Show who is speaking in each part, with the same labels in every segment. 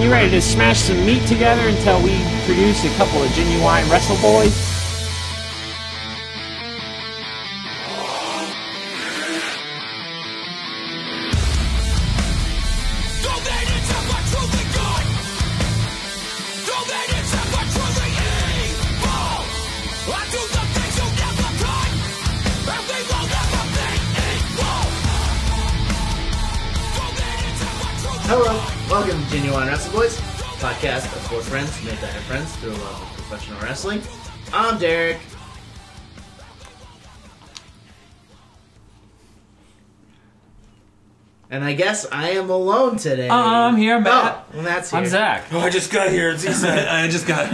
Speaker 1: you ready to smash some meat together until we produce a couple of genuine wrestle boys?
Speaker 2: Don't they need someone truly good? Don't they need someone truly evil? I do the things you never could, and we will never be equal. Don't they need someone truly
Speaker 3: Hello, welcome to Genuine Wrestle Boys, a podcast of four friends made better friends through a love of professional wrestling. I'm Derek. And I guess I am alone today.
Speaker 4: I'm Um, here, Matt.
Speaker 3: Oh, well, that's
Speaker 4: I'm
Speaker 3: here.
Speaker 4: Zach.
Speaker 5: Oh, I just got here. It's Isak.
Speaker 6: I just got.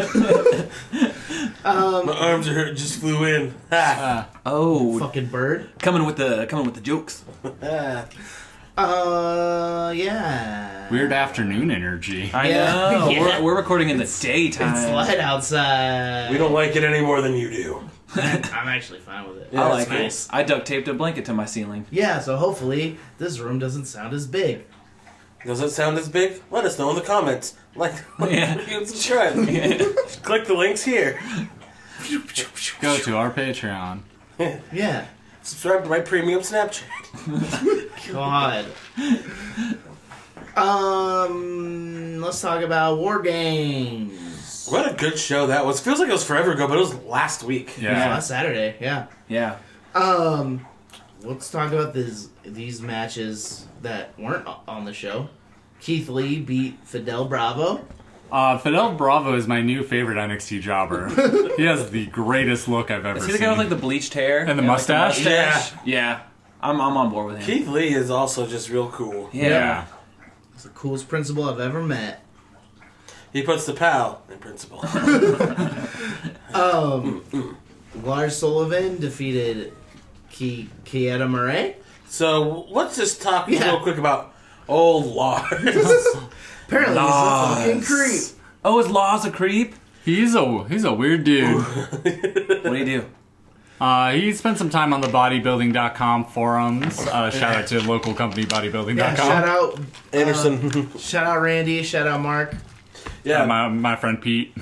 Speaker 5: My arms are hurt. Just flew in. Ha.
Speaker 6: Oh,
Speaker 3: Fucking bird.
Speaker 6: coming with the coming with the jokes.
Speaker 3: Uh, yeah.
Speaker 7: Weird afternoon energy.
Speaker 6: I
Speaker 3: Yeah.
Speaker 6: know.
Speaker 3: Yeah.
Speaker 6: We're, we're recording in the daytime.
Speaker 3: It's light outside.
Speaker 5: we don't like it any more than you do.
Speaker 3: I'm actually fine with it.
Speaker 6: I
Speaker 5: it's
Speaker 6: like
Speaker 5: nice.
Speaker 6: it. I duct taped a blanket to my ceiling.
Speaker 3: Yeah, so hopefully this room doesn't sound as big.
Speaker 5: Does it sound as big? Let us know in the comments. Like,
Speaker 6: Yeah.
Speaker 5: and subscribe. Click the links here.
Speaker 7: Go to our Patreon.
Speaker 3: Yeah.
Speaker 5: Subscribe to my premium Snapchat.
Speaker 3: God. um, let's talk about war games.
Speaker 5: What a good show that was. Feels like it was forever ago, but it was last week.
Speaker 3: Yeah.
Speaker 7: Yeah.
Speaker 3: Last Saturday, yeah.
Speaker 6: Yeah.
Speaker 3: Um, let's talk about these these matches that weren't o- on the show. Keith Lee beat Fidel Bravo.
Speaker 7: Uh, Fidel Bravo is my new favorite NXT jobber. he has the greatest look I've ever
Speaker 6: Is he
Speaker 7: seen.
Speaker 6: the guy with like the bleached hair
Speaker 7: and the
Speaker 6: like,
Speaker 7: mustache?
Speaker 5: Yeah.
Speaker 6: Yeah. I'm I'm on board with him.
Speaker 5: Keith Lee is also just real cool.
Speaker 6: Yeah.
Speaker 7: Yeah.
Speaker 3: It's the coolest principal I've ever met.
Speaker 5: He puts the pal in principle.
Speaker 3: Lars Sullivan defeated Ki Kieta Murray.
Speaker 5: so let's just talk
Speaker 3: Yeah.
Speaker 5: real quick about old Lars.
Speaker 3: Apparently,
Speaker 6: Lars.
Speaker 3: he's a fucking creep.
Speaker 6: Oh, is Law's a creep?
Speaker 7: He's a he's a weird dude.
Speaker 6: What do you do?
Speaker 7: Uh, he spent some time on the bodybuilding.com forums. Uh, shout out to local company bodybuilding.com.
Speaker 3: Yeah, shout out,
Speaker 5: Anderson.
Speaker 3: shout out Randy, shout out Mark.
Speaker 7: Uh,
Speaker 5: yeah,
Speaker 7: my, my friend Pete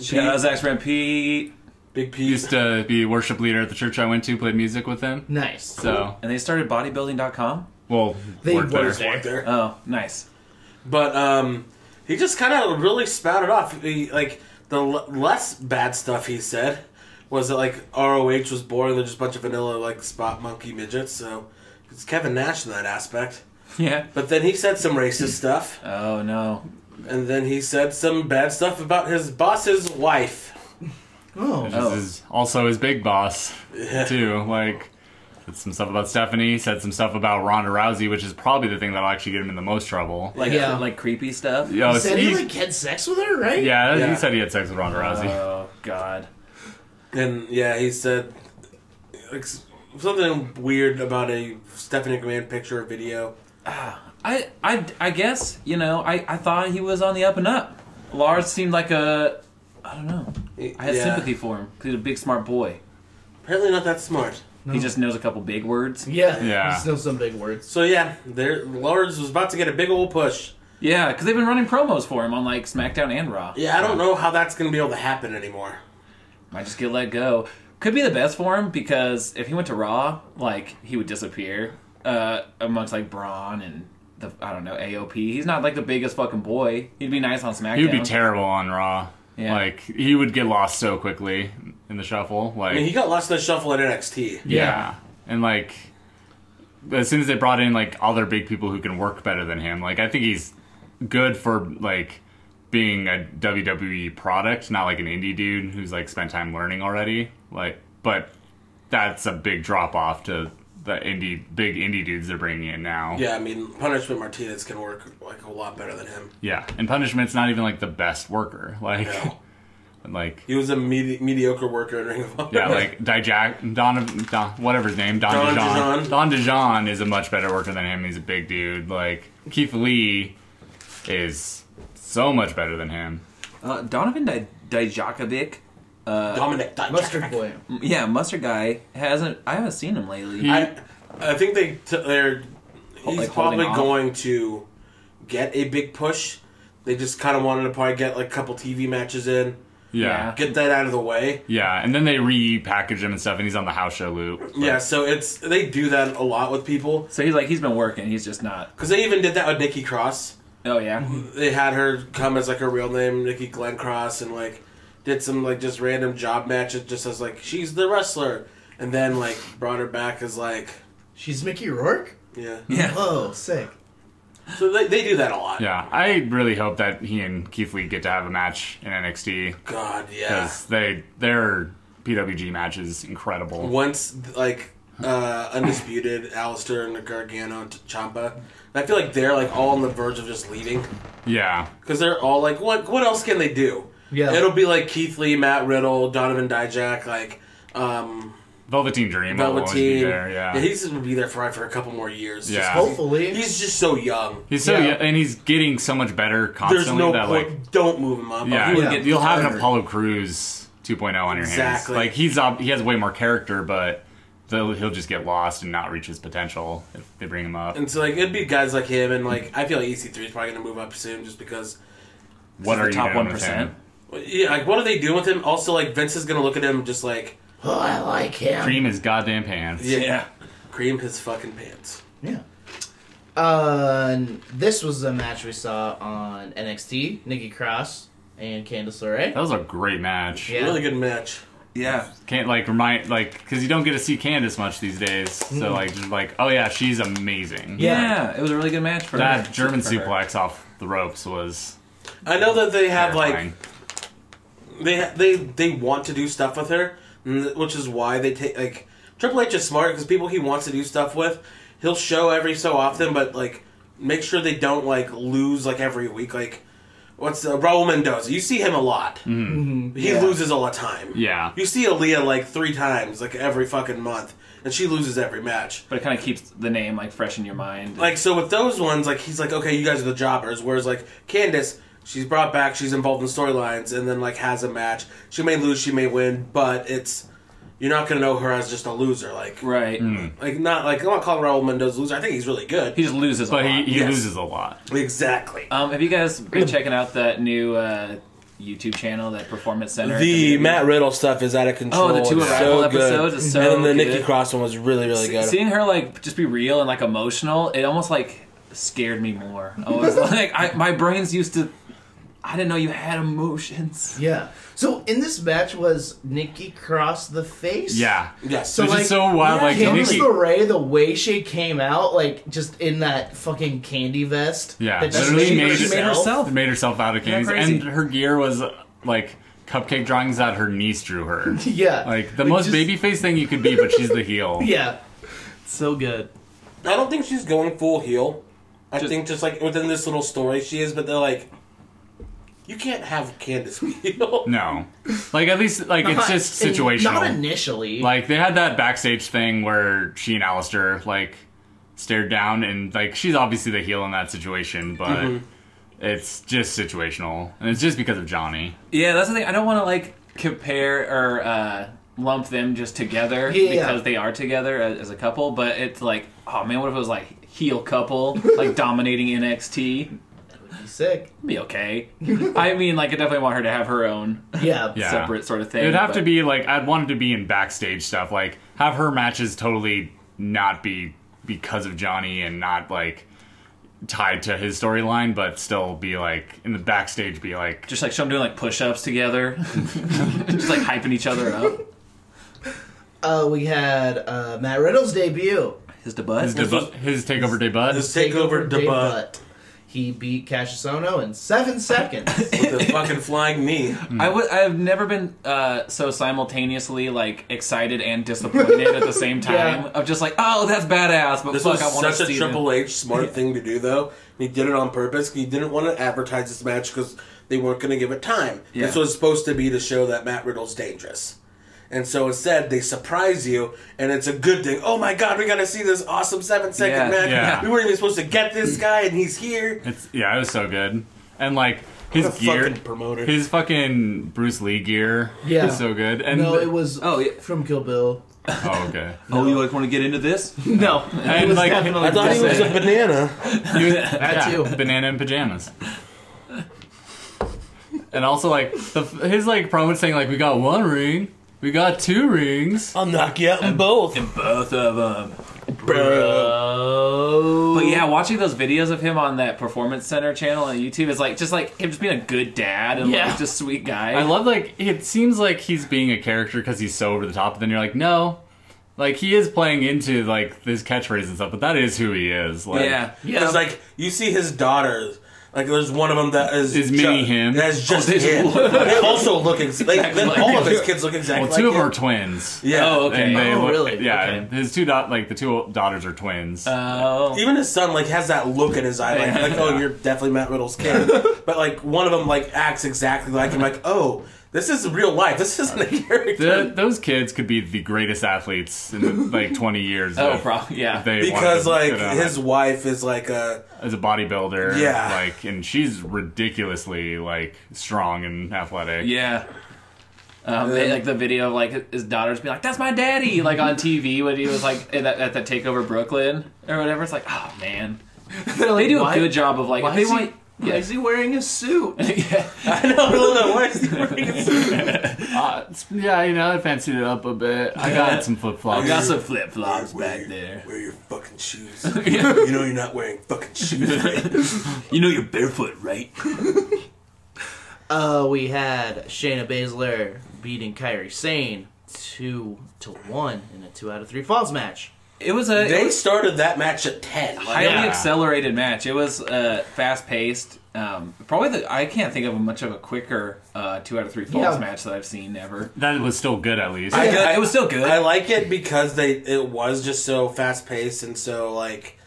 Speaker 6: Shout out uh, Zach's friend Pete.
Speaker 5: big
Speaker 7: used
Speaker 5: piece.
Speaker 7: to be worship leader at the church I went to, played music with him.
Speaker 3: Nice.
Speaker 7: So,
Speaker 6: And they started bodybuilding.com.
Speaker 7: well,
Speaker 3: They
Speaker 7: worked there.
Speaker 3: worked there.
Speaker 5: There.
Speaker 6: Oh, nice.
Speaker 5: But um, he just kind of really spouted off. He, like the l- less bad stuff he said was that like ROH was boring. They're just a bunch of vanilla like spot monkey midgets. So it's Kevin Nash in that aspect.
Speaker 6: Yeah.
Speaker 5: But then he said some racist stuff,
Speaker 6: Oh no.
Speaker 5: and then he said some bad stuff about his boss's wife.
Speaker 3: Oh,
Speaker 7: This is also his big boss, too. Like, said some stuff about Stephanie, said some stuff about Ronda Rousey, which is probably the thing that'll actually get him in the most trouble.
Speaker 6: Like
Speaker 3: Yeah.
Speaker 6: like creepy stuff.
Speaker 7: Yo,
Speaker 3: He said he
Speaker 7: he-
Speaker 3: like had sex with her, right?
Speaker 7: yeah,
Speaker 5: Yeah.
Speaker 7: he said he had sex with Ronda Rousey.
Speaker 6: Oh god.
Speaker 5: And yeah, he said like, s- something weird about a Stephanie McMahon picture or video.
Speaker 6: I, I, I guess you know. I, I thought he was on the up and up. Lars seemed like a, I don't know. I had
Speaker 5: Yeah.
Speaker 6: sympathy for him 'cause he's a big smart boy.
Speaker 5: Apparently not that smart.
Speaker 6: He just knows a couple big words.
Speaker 3: Yeah.
Speaker 7: Yeah.
Speaker 3: Still some big words.
Speaker 5: So yeah, there Lars was about to get a big old push.
Speaker 6: Yeah, because they've been running promos for him on like SmackDown and Raw.
Speaker 5: Yeah, I don't know how that's gonna be able to happen anymore.
Speaker 6: might just get let go. Could be the best for him because if he went to Raw, like he would disappear uh, amongst like Braun and the I don't know AOP. He's not like the biggest fucking boy. He'd be nice on SmackDown.
Speaker 7: He would be terrible on Raw.
Speaker 6: Yeah.
Speaker 7: Like, he would get lost so quickly in the shuffle. Like,
Speaker 5: I mean, he got lost in the shuffle at NXT.
Speaker 7: yeah. And, like, as soon as they brought in, like, other big people who can work better than him, like, I think he's good for, like, being a WWE product, not like an indie dude who's, like, spent time learning already. Like, but that's a big drop off to the indie, big indie dudes they're bringing in now.
Speaker 5: Yeah, I mean, Punishment Martinez can work like a lot better than him.
Speaker 7: Yeah, and Punishment's not even like the best worker. Like, like
Speaker 5: He was a medi- mediocre worker in Ring of Honor.
Speaker 7: yeah, like Dijak Don, Don whatever his name Don,
Speaker 5: Don
Speaker 7: Dijon.
Speaker 5: Dijon.
Speaker 7: Don Dijon is a much better worker than him. He's a big dude. Like Keith Lee is so much better than him.
Speaker 6: Uh, Donovan Di- Dijakovic.
Speaker 5: Dominic Dijak.
Speaker 3: Mustard boy.
Speaker 6: Yeah, mustard guy hasn't. I haven't seen him lately.
Speaker 7: He-
Speaker 5: I, I think they t- they're he's
Speaker 6: like, holding
Speaker 5: probably
Speaker 6: off?
Speaker 5: going to get a big push. They just kind of wanted to probably get like a couple TV matches in,
Speaker 7: Yeah.
Speaker 5: get that out of the way.
Speaker 7: Yeah, and then they repackage him and stuff, and he's on the house show loop.
Speaker 5: Yeah, so it's they do that a lot with people
Speaker 6: So he's like, he's been working. He's just not.
Speaker 5: because they even did that with Nikki Cross.
Speaker 6: Oh yeah.
Speaker 5: They had her come as like her real name, Nikki Glenn Cross, and like did some like just random job matches, just as like she's the wrestler, and then like brought her back as like
Speaker 3: She's Mickey Rourke?
Speaker 5: yeah.
Speaker 6: Yeah.
Speaker 3: Oh, sick.
Speaker 5: So they, they do that a lot.
Speaker 7: Yeah, I really hope that he and Keith Lee get to have a match in NXT
Speaker 5: God, yeah.
Speaker 7: because they their PWG match is incredible.
Speaker 5: once like uh undisputed Alistair and the Gargano and Champa, I feel like they're like all on the verge of just leaving
Speaker 7: Yeah,
Speaker 5: because they're all like, what what else can they do?
Speaker 3: Yeah.
Speaker 5: it'll be like Keith Lee, Matt Riddle, Donovan Dijak, like um
Speaker 7: Velveteen Dream will always
Speaker 5: Velveteen.
Speaker 7: be there. Yeah,
Speaker 5: he's gonna be there for for a couple more years.
Speaker 7: Yeah.
Speaker 5: Just-
Speaker 3: Hopefully.
Speaker 5: he's just so young.
Speaker 7: he's so
Speaker 3: yeah.
Speaker 7: yeah, and he's getting so much better
Speaker 5: There's
Speaker 7: constantly.
Speaker 5: no
Speaker 7: that
Speaker 5: point.
Speaker 7: like
Speaker 5: Don't move him up.
Speaker 7: yeah,
Speaker 5: Oh, He would
Speaker 3: Yeah.
Speaker 5: get
Speaker 7: you'll have an
Speaker 5: tired.
Speaker 7: Apollo Cruz 2.0 on your
Speaker 5: Exactly.
Speaker 7: hands. Like he's ob- he has way more character, but they'll- he'll just get lost and not reach his potential if they bring him up.
Speaker 5: And so like it'd be guys like him and like I feel like EC3 is probably gonna move up soon just because
Speaker 7: What
Speaker 6: the
Speaker 7: are you
Speaker 6: top
Speaker 7: doing
Speaker 6: one
Speaker 7: with
Speaker 6: percent?
Speaker 7: him?
Speaker 5: yeah like what are they doing with him? Also like Vince is gonna look at him just like
Speaker 3: Oh, I like him.
Speaker 7: Cream his goddamn pants.
Speaker 6: Yeah.
Speaker 5: cream his fucking pants.
Speaker 3: Yeah. Uh, and this was the match we saw on NXT. Nikki Cross and Candice LeRae.
Speaker 7: That was a great match.
Speaker 3: Yeah.
Speaker 5: Really good match.
Speaker 6: Yeah.
Speaker 7: Can't like remind like because you don't get to see Candace much these days. So like just like oh yeah, she's amazing.
Speaker 6: Yeah. It was a really good match for her.
Speaker 7: That German
Speaker 6: For her.
Speaker 7: suplex off the ropes was
Speaker 5: I know that they have
Speaker 7: terrifying.
Speaker 5: like they they they want to do stuff with her, and th- which is why they take like Triple H is smart because people he wants to do stuff with, he'll show every so often, but like make sure they don't like lose like every week. Like what's uh, Raul Mendoza? You see him a lot. He loses all the time.
Speaker 7: yeah.
Speaker 5: You see Aaliyah like three times, like every fucking month, and she loses every match.
Speaker 6: But it kind of keeps the name like fresh in your mind.
Speaker 5: Like so with those ones, like he's like, okay, you guys are the jobbers. Whereas like Candace, she's brought back, she's involved in storylines, and then like has a match. She may lose, she may win, but it's you're not gonna know her as just a loser. Like
Speaker 6: right.
Speaker 7: hmm.
Speaker 5: like not like I'm not calling Raul Mendoza a loser. I think he's really good.
Speaker 6: He just loses.
Speaker 7: But
Speaker 6: a
Speaker 7: he,
Speaker 6: lot.
Speaker 7: he
Speaker 5: Yes.
Speaker 7: loses a lot.
Speaker 5: exactly.
Speaker 6: Um, have you guys been checking out that new uh, YouTube channel, that Performance Center?
Speaker 5: The
Speaker 6: WWE?
Speaker 5: Matt Riddle stuff is out of control.
Speaker 6: Oh, the two
Speaker 5: It's
Speaker 6: Arrival
Speaker 5: so good.
Speaker 6: episodes is so
Speaker 5: and then the Nikki
Speaker 6: good.
Speaker 5: Cross one was really really good.
Speaker 6: Seeing her like just be real and like emotional, it almost like scared me more. I was like, I, my brain's used to. I didn't know you had emotions.
Speaker 3: Yeah. So in this match was Nikki Cross the face.
Speaker 7: Yeah.
Speaker 5: yes.
Speaker 3: So
Speaker 7: Which is
Speaker 3: like,
Speaker 7: so wild, like,
Speaker 3: Candice
Speaker 7: Nikki-
Speaker 3: LeRae, the way she came out, like just in that fucking candy vest.
Speaker 7: Yeah,
Speaker 3: that she
Speaker 7: literally
Speaker 3: made,
Speaker 7: made-
Speaker 3: herself.
Speaker 7: She made
Speaker 3: Oh.
Speaker 6: herself.
Speaker 7: Made herself out of candies.
Speaker 6: crazy.
Speaker 7: and her gear was uh, like cupcake drawings that her niece drew her.
Speaker 3: Yeah.
Speaker 7: Like the most
Speaker 3: just-
Speaker 7: babyface thing you could be, but she's the heel.
Speaker 3: Yeah. So good.
Speaker 5: I don't think she's going full heel. I
Speaker 6: Just-
Speaker 5: think just like within this little story she is, but they're like, you can't have Candace be heel.
Speaker 7: No, like at least like it's just
Speaker 3: Not-
Speaker 7: situational.
Speaker 3: Not initially.
Speaker 7: Like they had that backstage thing where she and Alistair like stared down, and like she's obviously the heel in that situation, but
Speaker 3: Mm-hmm.
Speaker 7: it's just situational, and it's just because of Johnny.
Speaker 6: Yeah, that's the thing. I don't want to like compare or uh, lump them just together
Speaker 3: Yeah.
Speaker 6: because they are together as, as a couple. But it's like, oh man, what if it was like heel couple like dominating NXT?
Speaker 3: sick.
Speaker 6: Be okay. I mean, like I definitely want her to have her own
Speaker 3: Yeah.
Speaker 7: Yeah.
Speaker 6: separate sort of thing.
Speaker 7: It'd have
Speaker 6: but-
Speaker 7: to be like I'd want it to be in backstage stuff, like have her matches totally not be because of Johnny and not like tied to his storyline, but still be like in the backstage, be like
Speaker 6: Just like show them doing like push-ups together, just like hyping each other up.
Speaker 3: Uh, we had uh, Matt Riddle's debut.
Speaker 6: His debut.
Speaker 7: his, debu- his takeover debut.
Speaker 5: His takeover debut
Speaker 3: debut. He beat Cassius Ohno in seven seconds.
Speaker 5: with the fucking flying knee.
Speaker 6: I w- I've never been uh, so simultaneously like excited and disappointed at the same time.
Speaker 3: Yeah.
Speaker 6: Of just like, oh, that's badass, but
Speaker 5: This
Speaker 6: fuck, I
Speaker 5: was
Speaker 6: want to
Speaker 5: such a
Speaker 6: see
Speaker 5: Triple H smart thing to do though. And he did it on purpose. 'cause He didn't want to advertise this match because they weren't going to give it time. This
Speaker 6: Yeah.
Speaker 5: was supposed to be to show that Matt Riddle's dangerous. And so instead, they surprise you, and it's a good thing. Oh my God, we got to see this awesome seven second
Speaker 6: Yeah.
Speaker 5: match.
Speaker 7: Yeah.
Speaker 5: We weren't even supposed to get this guy, and he's here.
Speaker 7: It's yeah, it was so good. And like his
Speaker 5: What a
Speaker 7: gear,
Speaker 5: fucking promoter.
Speaker 7: his fucking Bruce Lee gear,
Speaker 3: Yeah.
Speaker 7: is so good. And
Speaker 3: no, it was
Speaker 6: Oh, yeah.
Speaker 3: from Kill Bill.
Speaker 7: oh okay.
Speaker 6: Oh, you like want to get into this?
Speaker 3: No,
Speaker 7: And,
Speaker 3: it was
Speaker 7: like,
Speaker 3: definitely
Speaker 5: I thought he was a banana.
Speaker 7: He was- yeah,
Speaker 3: too.
Speaker 7: banana and pajamas. And also like the, his like promo saying like we got one ring, we got two rings.
Speaker 4: I'll knock you out in both.
Speaker 6: Both of them. Bro. But yeah, watching those videos of him on that Performance Center channel on YouTube is like just like him just being a good dad and
Speaker 3: Yeah.
Speaker 6: like just sweet guy.
Speaker 7: I love like it seems like he's being a character because he's so over the top. And then you're like no, like he is playing into like his catchphrase and stuff. But that is who he is. Like,
Speaker 6: yeah.
Speaker 3: Yeah.
Speaker 5: It's like you see his daughters. Like there's one of them that is
Speaker 7: Is mini him.
Speaker 5: That's just
Speaker 6: they just
Speaker 5: him.
Speaker 6: look
Speaker 5: they also look ex- like,
Speaker 6: Exactly
Speaker 5: then
Speaker 6: like
Speaker 5: all of
Speaker 6: him.
Speaker 5: his kids look exactly
Speaker 7: Well, two
Speaker 5: like
Speaker 7: of them
Speaker 5: him.
Speaker 7: are twins.
Speaker 5: Yeah.
Speaker 6: Oh, okay.
Speaker 7: And they
Speaker 3: Oh,
Speaker 7: look,
Speaker 3: really?
Speaker 7: Yeah,
Speaker 3: Okay.
Speaker 7: his two da- like the two daughters are twins.
Speaker 6: Oh.
Speaker 5: Even his son like has that look in his eye, like, like oh, you're definitely Matt Riddle's kid. but like one of them like acts exactly like him, like oh, this is real life. This isn't a character.
Speaker 7: The, those kids could be the greatest athletes in the, like 20 years.
Speaker 6: Oh,
Speaker 7: if-
Speaker 6: probably. Yeah.
Speaker 7: if they
Speaker 5: because
Speaker 7: wanted
Speaker 5: like
Speaker 7: to, you know,
Speaker 5: his wife is like a
Speaker 7: as a bodybuilder,
Speaker 5: Yeah.
Speaker 7: like, and she's ridiculously like strong and athletic.
Speaker 6: Yeah. Um, they- like the video of like his daughters being like, "That's my daddy!" Like on TV when he was like at, that- at the Takeover Brooklyn or whatever. It's like, oh man, they do
Speaker 3: why-
Speaker 6: a good job of like if
Speaker 3: Why,
Speaker 6: they
Speaker 3: is,
Speaker 6: want.
Speaker 3: he, why is he wearing a suit?
Speaker 6: yeah.
Speaker 5: I know, I don't know why is he wearing a suit?
Speaker 7: Uh, it's- yeah, you know, I fancied it up a bit. I got some flip flops.
Speaker 6: I got some flip flops back there.
Speaker 5: Wear your fucking shoes. You know you're not wearing fucking shoes. Right?
Speaker 6: You know you're barefoot, right?
Speaker 3: Uh, we had Shayna Baszler beating Kyrie Sane two to one in a two out of three falls match.
Speaker 6: It was a it
Speaker 5: They
Speaker 6: was
Speaker 5: started that match at ten. Like,
Speaker 6: a highly
Speaker 7: Yeah.
Speaker 6: accelerated match. It was uh, fast paced. Um, probably the, I can't think of much of a quicker uh, two out of three falls
Speaker 3: Yeah.
Speaker 6: match that I've seen ever.
Speaker 7: That was still good, at least.
Speaker 5: I-
Speaker 6: Yeah, it was still good.
Speaker 5: I like it because they it was just so fast paced and so like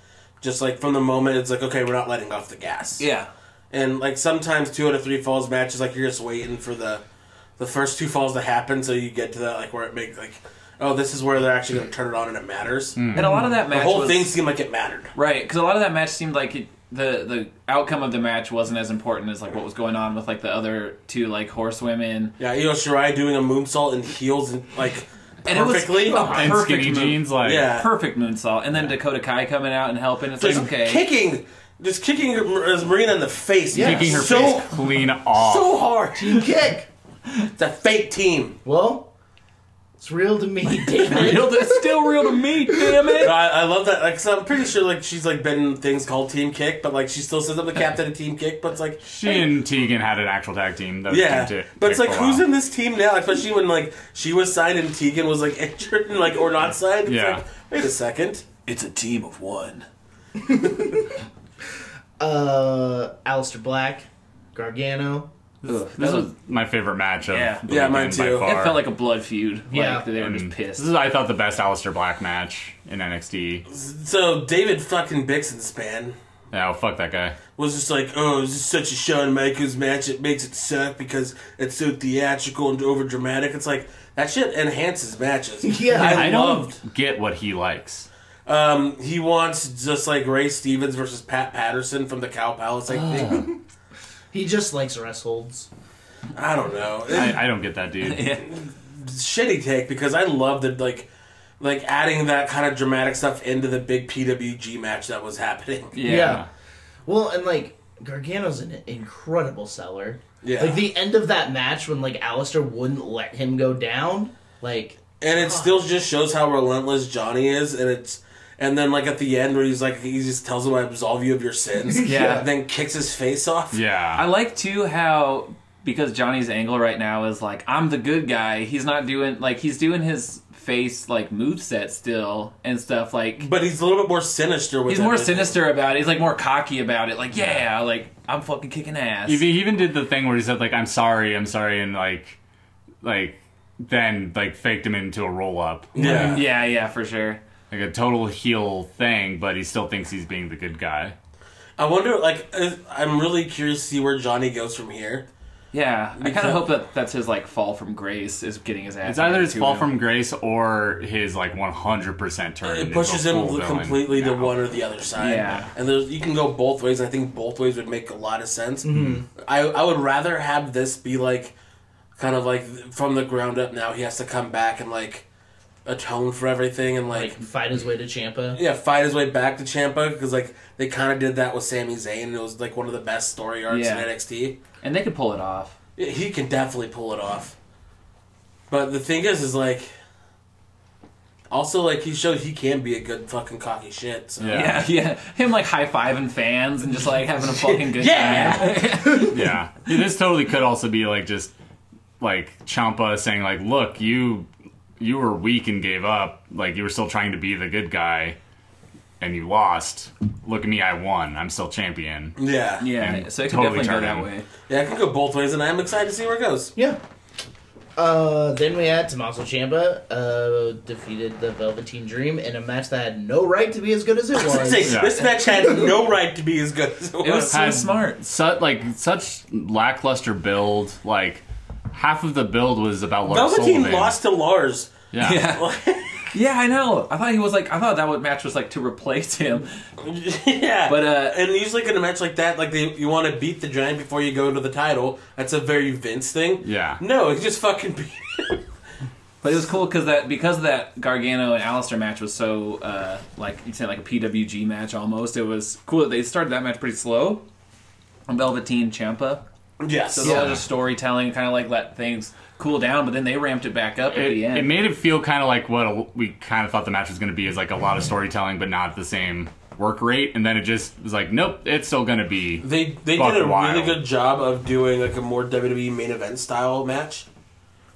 Speaker 5: just like from the moment it's like okay we're not letting off the gas
Speaker 6: yeah.
Speaker 5: and like sometimes two out of three falls matches like you're just waiting for the the first two falls to happen so you get to that like where it makes like oh this is where they're actually going to turn it on and it matters
Speaker 6: And a lot of Hmm. that match
Speaker 5: the whole
Speaker 6: was,
Speaker 5: thing seemed like it mattered
Speaker 6: Right, because a lot of that match seemed like it, the the outcome of the match wasn't as important as like what was going on with like the other two like horsewomen.
Speaker 5: yeah Io Shirai doing a moonsault in heels and like
Speaker 6: And it was
Speaker 5: perfectly
Speaker 6: a
Speaker 7: and
Speaker 6: perfect
Speaker 7: skinny
Speaker 6: move.
Speaker 7: jeans, like,
Speaker 5: Yeah.
Speaker 6: Perfect moonsault, and then Dakota Kai coming out and helping. It's like
Speaker 5: just
Speaker 6: okay,
Speaker 5: kicking just kicking Marina in the face
Speaker 7: kicking her
Speaker 5: so
Speaker 7: face clean off.
Speaker 5: so hard
Speaker 3: Team kick.
Speaker 5: it's a fake team
Speaker 3: Well, it's real to me, David.
Speaker 6: real, that's still real to me. Damn
Speaker 5: But
Speaker 6: it!
Speaker 5: I, I love that. Like, so I'm pretty sure like she's like been in things called Team Kick, but like she still says I'm the captain of Team Kick. But it's like,
Speaker 7: she and Tegan had an actual tag team. That was
Speaker 5: yeah.
Speaker 7: team Ti-
Speaker 5: But it's
Speaker 7: for
Speaker 5: like,
Speaker 7: a
Speaker 5: who's
Speaker 7: while.
Speaker 5: in this team now? Especially when like she was signed and Tegan was like injured and like or not signed. It's
Speaker 7: Yeah.
Speaker 5: like, wait a second.
Speaker 6: It's a team of one.
Speaker 3: uh, Alistair Black, Gargano.
Speaker 7: This
Speaker 6: That
Speaker 7: was
Speaker 6: was-
Speaker 7: my favorite match of
Speaker 6: Yeah.
Speaker 7: the
Speaker 5: Yeah, mine
Speaker 7: weekend by
Speaker 5: too. It
Speaker 7: far.
Speaker 6: It felt like a blood feud.
Speaker 3: Yeah.
Speaker 6: like, they were just
Speaker 7: And
Speaker 6: pissed.
Speaker 7: This is, I thought, the best Aleister Black match in NXT.
Speaker 5: So David fucking Bixenspan
Speaker 7: Yeah, oh, fuck that guy.
Speaker 5: was just like, oh, this is such a Shawn Michaels match. It makes it suck because it's so theatrical and over dramatic. It's like that shit enhances matches.
Speaker 3: Yeah.
Speaker 5: I,
Speaker 7: I
Speaker 5: loved.
Speaker 7: don't get what he likes.
Speaker 5: Um, he wants just like Ray Stevens versus Pat Patterson from the Cow Palace. I think.
Speaker 3: He just likes rest holds.
Speaker 5: I don't know.
Speaker 7: I, I don't get that dude.
Speaker 6: yeah.
Speaker 5: It's a shitty take because I love that like, like adding that kind of dramatic stuff into the big PWG match that was happening.
Speaker 6: yeah,
Speaker 3: Well, and like Gargano's an incredible seller.
Speaker 5: Yeah.
Speaker 3: Like the end of that match when like Alistair wouldn't let him go down. Like
Speaker 5: and it still just shows how relentless Johnny is, and it's. And then, like at the end, where he's like, he just tells him, "I absolve you of your sins."
Speaker 6: Yeah.
Speaker 5: And then kicks his face off.
Speaker 7: Yeah.
Speaker 6: I like too how because Johnny's angle right now is like I'm the good guy. He's not doing like he's doing his face like moveset still and stuff like
Speaker 5: But he's a little bit more sinister. With
Speaker 6: he's more
Speaker 5: everything.
Speaker 6: sinister about it. He's like more cocky about it. Like yeah, like I'm fucking kicking ass.
Speaker 7: He he even did the thing where he said like I'm sorry, I'm sorry, and like, like then like faked him into a roll up,
Speaker 5: Yeah.
Speaker 6: yeah, yeah, for sure.
Speaker 7: like a total heel thing, but he still thinks he's being the good guy.
Speaker 5: I wonder. Like, is- I'm really curious to see where Johnny goes from here.
Speaker 6: Yeah, I kind
Speaker 5: Because-
Speaker 6: of hope that that's his like fall from grace is getting his ass.
Speaker 7: It's either his
Speaker 6: handed to
Speaker 7: fall
Speaker 6: him.
Speaker 7: from grace or his like 100 percent turn.
Speaker 5: It
Speaker 7: into
Speaker 5: pushes
Speaker 7: a
Speaker 5: him
Speaker 7: full villain
Speaker 5: completely to
Speaker 7: now.
Speaker 5: one or the other side.
Speaker 6: Yeah.
Speaker 5: And there's, you can go both ways. and I think both ways would make a lot of sense.
Speaker 6: Mm-hmm.
Speaker 5: I, I would rather have this be like, kind of like from the ground up now, he has to come back and like atone for everything and
Speaker 3: like
Speaker 5: like,
Speaker 3: fight his way to Champa.
Speaker 5: yeah, fight his way back to Champa because like they kind of did that with Sami Zayn. It was like one of the best story arcs
Speaker 6: Yeah.
Speaker 5: in NXT.
Speaker 6: and they could pull it off.
Speaker 5: Yeah, he can definitely pull it off. But the thing is, is like, also like he showed he can be a good fucking cocky shit. So.
Speaker 7: Yeah.
Speaker 6: Yeah, yeah. Him like high fiving fans and just like having a fucking good
Speaker 5: Yeah.
Speaker 6: time.
Speaker 7: yeah. Yeah, This totally could also be like just like Champa saying like, "Look, you you were weak and gave up. Like you were still trying to be the good guy, and you lost. Look at me, I won. I'm still champion."
Speaker 5: Yeah. yeah,
Speaker 6: Yeah,
Speaker 7: And
Speaker 6: so it could
Speaker 7: totally
Speaker 6: definitely go
Speaker 7: turn
Speaker 6: that
Speaker 7: him.
Speaker 6: way.
Speaker 5: It can go both ways, and I'm excited to see where it goes.
Speaker 3: Yeah. Uh, then we had Tommaso Ciampa uh, defeated the Velveteen Dream in a match that had no right to be as good as it was.
Speaker 5: Say,
Speaker 7: Yeah.
Speaker 5: This match had no right to be as good as it was.
Speaker 6: It was so
Speaker 7: Had
Speaker 6: smart.
Speaker 7: Such like such lackluster build. Like half of the build was about Lars
Speaker 5: Velveteen
Speaker 7: Sullivan.
Speaker 5: lost to Lars.
Speaker 7: Yeah.
Speaker 6: Yeah. Yeah, I know. I thought he was like I thought that would match was like to replace him.
Speaker 5: yeah.
Speaker 6: But, uh,
Speaker 5: and usually in a match like that, like they, you want to beat the giant before you go into the title. That's a very Vince thing.
Speaker 7: Yeah.
Speaker 5: No, he just fucking beat.
Speaker 6: But it was cool because that because that Gargano and Alistair match was so uh, like you said like a PWG match almost. It was cool that they started that match pretty slow. And Velveteen Champa.
Speaker 5: Yes.
Speaker 6: So it's all just storytelling, kind of like let things cool down, but then they ramped it back up at
Speaker 7: It,
Speaker 6: the end.
Speaker 7: it made it feel kind of like what a, we kind of thought the match was going to be is like a lot of storytelling, but not the same work rate. And then it just was like, nope, it's still going to be.
Speaker 5: They they
Speaker 7: Fucking
Speaker 5: did a
Speaker 7: wild.
Speaker 5: really good job of doing like a more WWE main event style match,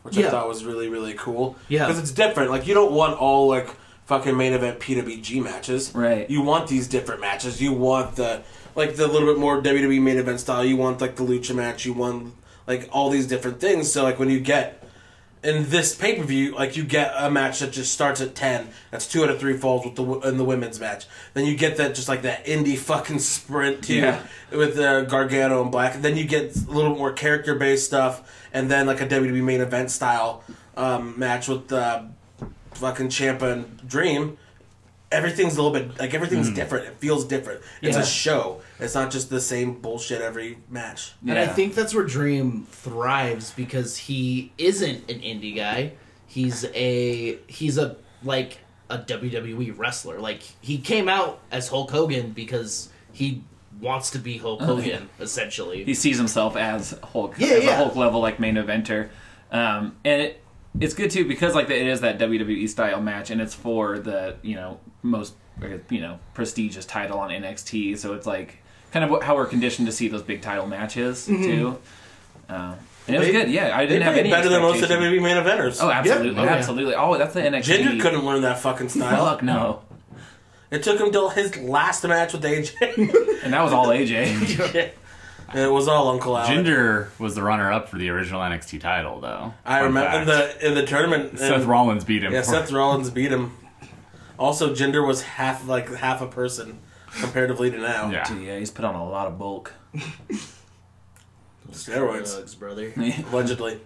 Speaker 5: which I
Speaker 3: Yeah.
Speaker 5: thought was really really cool.
Speaker 3: Yeah.
Speaker 5: because it's different. Like you don't want all like fucking main event PWG matches.
Speaker 6: Right.
Speaker 5: You want these different matches. You want the like the little bit more WWE main event style. You want like the lucha match. You want like all these different things. So like when you get in this pay per view, like you get a match that just starts at ten. That's two out of three falls with the wo- in the women's match. Then you get that just like that indie fucking sprint too
Speaker 6: Yeah.
Speaker 5: with uh, Gargano and Black. And then you get a little more character based stuff, and then like a WWE main event style um, match with uh, fucking Champa and Dream. Everything's a little bit like
Speaker 6: Mm.
Speaker 5: everything's different. It feels different. It's
Speaker 3: Yeah.
Speaker 5: a show. It's not just the same bullshit every match.
Speaker 3: And I
Speaker 6: Yeah.
Speaker 3: think that's where Dream thrives because he isn't an indie guy. He's a he's a like a WWE wrestler. Like he came out as Hulk Hogan because he wants to be Hulk
Speaker 6: Oh,
Speaker 3: Hogan essentially.
Speaker 6: he sees himself as Hulk,
Speaker 3: Yeah,
Speaker 6: as a
Speaker 3: yeah.
Speaker 6: Hulk level like main eventer, um, and it, it's good too because like it is that WWE style match, and it's for the you know most uh, you know prestigious title on NXT, so it's like kind of what- how we're conditioned to see those big title matches too. Uh, and it was
Speaker 5: Mm-hmm. They-
Speaker 6: good, yeah. I
Speaker 5: They
Speaker 6: didn't have
Speaker 5: play
Speaker 6: any
Speaker 5: better than most of the
Speaker 6: expectation.
Speaker 5: WWE main eventers.
Speaker 6: Oh, absolutely,
Speaker 3: Oh, yeah.
Speaker 6: absolutely. Oh, that's the NXT.
Speaker 5: Jinder couldn't learn that fucking style.
Speaker 6: Fuck no,
Speaker 5: It took him till his last match with AJ.
Speaker 6: and that was all AJ.
Speaker 5: And it was all Uncle Alec.
Speaker 7: Ginger was the runner up for the original NXT title, though.
Speaker 5: I
Speaker 7: Fun
Speaker 5: remember in
Speaker 7: fact.
Speaker 5: the in the tournament.
Speaker 7: Seth
Speaker 5: and-
Speaker 7: Rollins beat him.
Speaker 5: Yeah,
Speaker 7: for-
Speaker 5: Seth Rollins beat him. Also, Jinder was half like half a person comparatively to now.
Speaker 7: Yeah.
Speaker 6: yeah, he's put on a lot of bulk,
Speaker 5: steroids
Speaker 3: Drugs, brother.
Speaker 5: allegedly.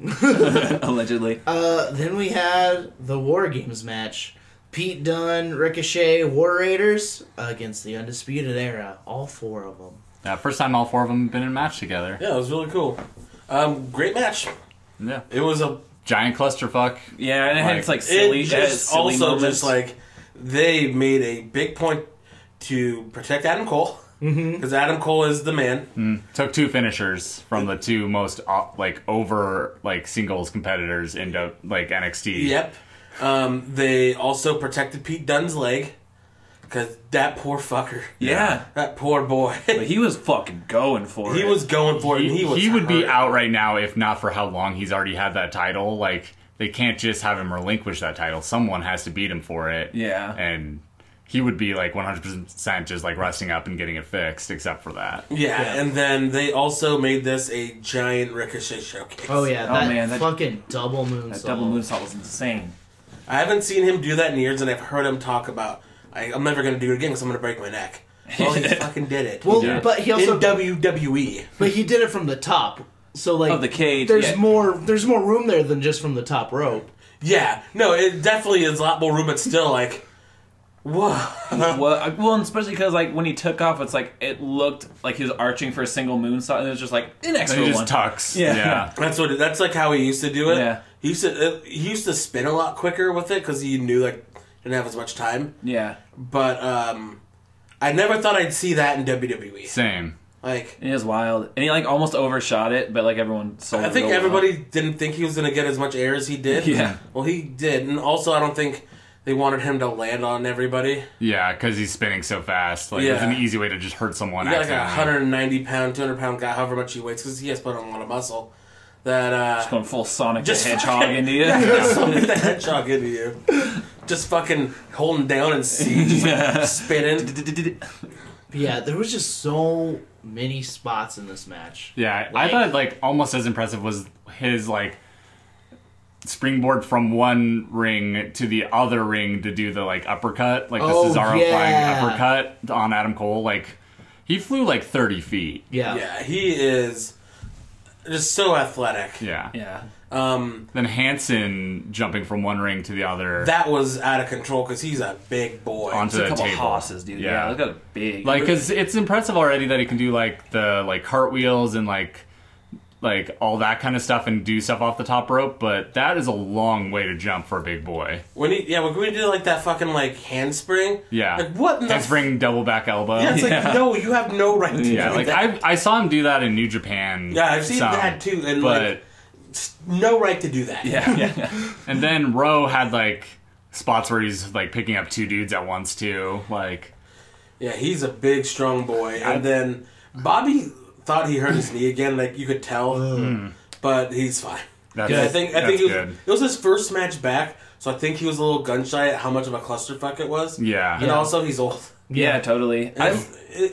Speaker 6: allegedly.
Speaker 3: Uh, then we had the War Games match. Pete Dunne, Ricochet, War Raiders against the Undisputed Era. All four of them.
Speaker 7: Yeah, first time all four of them have been in a match together.
Speaker 5: Yeah, it was really cool. Um, great match.
Speaker 7: Yeah.
Speaker 5: It was a.
Speaker 7: Giant clusterfuck.
Speaker 6: Yeah, and it had
Speaker 7: Like,
Speaker 6: its like silly,
Speaker 5: It
Speaker 6: it had
Speaker 5: just
Speaker 6: silly
Speaker 5: also
Speaker 6: moments.
Speaker 5: just like they made a big point to protect Adam Cole because
Speaker 6: Mm-hmm.
Speaker 5: Adam Cole is the man.
Speaker 7: Took two finishers from the two most uh, like over like singles competitors in uh, like NXT.
Speaker 5: Yep. Um, they also protected Pete Dunne's leg because that poor fucker.
Speaker 6: yeah.
Speaker 5: That poor boy.
Speaker 6: But he was fucking going for it.
Speaker 5: he was going for it. And
Speaker 7: He,
Speaker 5: he was.
Speaker 7: he would be
Speaker 5: hurt.
Speaker 7: out right now if not for how long he's already had that title. Like they can't just have him relinquish that title. Someone has to beat him for it.
Speaker 6: Yeah.
Speaker 7: And he would be like 100% just like resting up and getting it fixed except for that.
Speaker 5: Yeah,
Speaker 3: Yeah.
Speaker 5: and then they also made this a giant ricochet showcase.
Speaker 3: Oh yeah,
Speaker 6: Oh,
Speaker 3: that
Speaker 6: man, that-
Speaker 3: fucking double moon.
Speaker 6: that double moonsault was insane.
Speaker 5: I haven't seen him do that in years, and I've heard him talk about. I, I'm never gonna do it again because I'm gonna break my neck. Well, he fucking did it.
Speaker 3: Well,
Speaker 7: Yeah.
Speaker 3: but he
Speaker 5: in E.
Speaker 3: also
Speaker 5: WWE.
Speaker 3: but he did it from the top. So like
Speaker 6: Of the cage,
Speaker 3: there's
Speaker 6: yeah.
Speaker 3: more there's more room there than just from the top rope.
Speaker 5: Yeah, no, it definitely is a lot more room, but still, like, whoa.
Speaker 6: Well, I- well, and especially because like when he took off, it's like it looked like he was arching for a single moonsault, and it was just like an
Speaker 7: So
Speaker 6: extra
Speaker 7: he
Speaker 6: one.
Speaker 7: just tucks.
Speaker 6: Yeah.
Speaker 7: yeah.
Speaker 5: That's what. That's like how he used to do it.
Speaker 6: Yeah.
Speaker 5: He used to. It, he used to spin a lot quicker with it because he knew like didn't have as much time.
Speaker 6: yeah,
Speaker 5: But um, I never thought I'd see that in WWE.
Speaker 7: Same.
Speaker 5: Like
Speaker 6: It is wild, and he like almost overshot it, but like everyone sold.
Speaker 5: I
Speaker 6: it
Speaker 5: think
Speaker 6: real well.
Speaker 5: everybody didn't think he was going to get as much air as he did.
Speaker 6: uh, Yeah.
Speaker 5: Well, he did, and also I don't think they wanted him to land on everybody.
Speaker 7: Yeah, because he's spinning so fast. Like, it's
Speaker 5: Yeah.
Speaker 7: an easy way to just hurt someone.
Speaker 5: You got like a
Speaker 7: accidentally.
Speaker 5: 190 pound, 200 pound guy, however much he weights, because he has put on a lot of muscle. That uh,
Speaker 6: going full Sonic
Speaker 5: Just
Speaker 6: the Hedgehog
Speaker 5: fucking-
Speaker 6: into you.
Speaker 5: something the hedgehog into you. Just fucking holding down and see, just like spinning.
Speaker 3: Yeah, there was just so many spots in this match.
Speaker 7: Yeah,
Speaker 3: Like-
Speaker 7: I thought like almost as impressive was his like springboard from one ring to the other ring to do the like uppercut, like the
Speaker 3: Oh,
Speaker 7: Cesaro
Speaker 3: yeah.
Speaker 7: flying uppercut on Adam Cole. Like he flew like thirty feet.
Speaker 3: Yeah.
Speaker 5: Yeah, he is just so athletic.
Speaker 7: Yeah.
Speaker 6: yeah,
Speaker 5: Um,
Speaker 7: Then Hanson jumping from one ring to the other.
Speaker 5: that was out of control because he's a big boy.
Speaker 7: Onto-
Speaker 6: it's a
Speaker 7: the
Speaker 6: couple
Speaker 7: table.
Speaker 6: hosses, dude. Yeah,
Speaker 7: Yeah.
Speaker 6: look at the big.
Speaker 7: like, cause it's impressive already that he can do like the like cartwheels and like like all that kind of stuff and do stuff off the top rope, but that is a long way to jump for a big boy.
Speaker 5: when he, yeah, when we did like that fucking like handspring.
Speaker 7: Yeah.
Speaker 5: Like what? In the f-
Speaker 7: Handspring double back elbow.
Speaker 5: Yeah, it's
Speaker 6: Yeah.
Speaker 5: like no, you have no right to
Speaker 7: Yeah,
Speaker 5: do
Speaker 7: like
Speaker 5: that.
Speaker 7: I I saw him do that in New Japan.
Speaker 5: yeah, I've seen
Speaker 7: some,
Speaker 5: that too, and
Speaker 7: But
Speaker 5: like no right to do that.
Speaker 6: yeah, yeah.
Speaker 7: and then Rowe had like spots where he's like picking up two dudes at once too. Like
Speaker 5: Yeah, he's a big, strong boy. And then Bobby thought he hurt his knee again, like you could tell,
Speaker 7: Mm.
Speaker 5: but he's fine.
Speaker 7: that's
Speaker 5: I think I think
Speaker 7: that's
Speaker 5: it was,
Speaker 7: good.
Speaker 5: it was his first match back, so I think he was a little gun shy at how much of a clusterfuck it was.
Speaker 7: Yeah.
Speaker 5: and also he's old.
Speaker 6: Yeah, totally.
Speaker 5: I,
Speaker 6: I,
Speaker 5: it,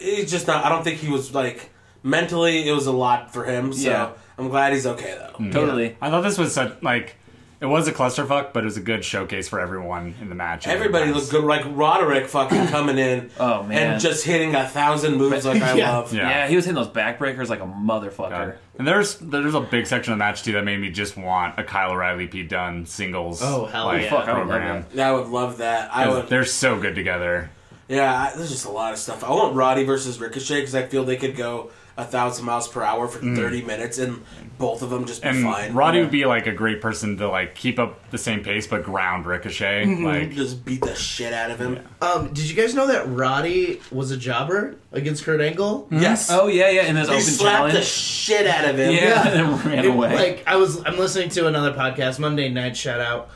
Speaker 5: it's just not. I don't think he was like mentally. It was a lot for him. So
Speaker 6: Yeah.
Speaker 5: I'm glad he's okay though.
Speaker 7: Mm.
Speaker 6: totally.
Speaker 7: I thought this was such like it was a clusterfuck, but it was a good showcase for everyone in the match.
Speaker 5: Everybody looked good, like Roderick fucking coming in
Speaker 6: Oh, man.
Speaker 5: and just hitting a thousand moves like I
Speaker 3: Yeah.
Speaker 5: love.
Speaker 7: Yeah.
Speaker 6: Yeah. he was hitting those backbreakers like a motherfucker.
Speaker 7: God. And there's there's a big section of the match too that made me just want a Kyle O'Reilly P Dunn singles.
Speaker 3: Oh, hell
Speaker 7: like,
Speaker 3: yeah.
Speaker 6: Fuck, I would love
Speaker 7: program.
Speaker 5: I would love that. I would.
Speaker 7: They're so good together.
Speaker 5: Yeah, I, there's just a lot of stuff. I want Roddy versus Ricochet because I feel they could go a thousand miles per hour for 30 minutes and both of them just be
Speaker 7: Mm. And
Speaker 5: fine.
Speaker 7: Roddy would be like a great person to like keep up the same pace but ground Ricochet. Like
Speaker 5: just beat the shit out of him.
Speaker 3: Um, did you guys know that Roddy was a jobber against Kurt Angle?
Speaker 5: Yes,
Speaker 6: Oh yeah, yeah. In this
Speaker 5: he
Speaker 6: open
Speaker 5: slapped
Speaker 6: challenge.
Speaker 5: the shit out of him.
Speaker 6: yeah,
Speaker 3: Yeah.
Speaker 6: and then ran away.
Speaker 3: Like I was, I'm listening to another podcast, Monday Night Shout Out.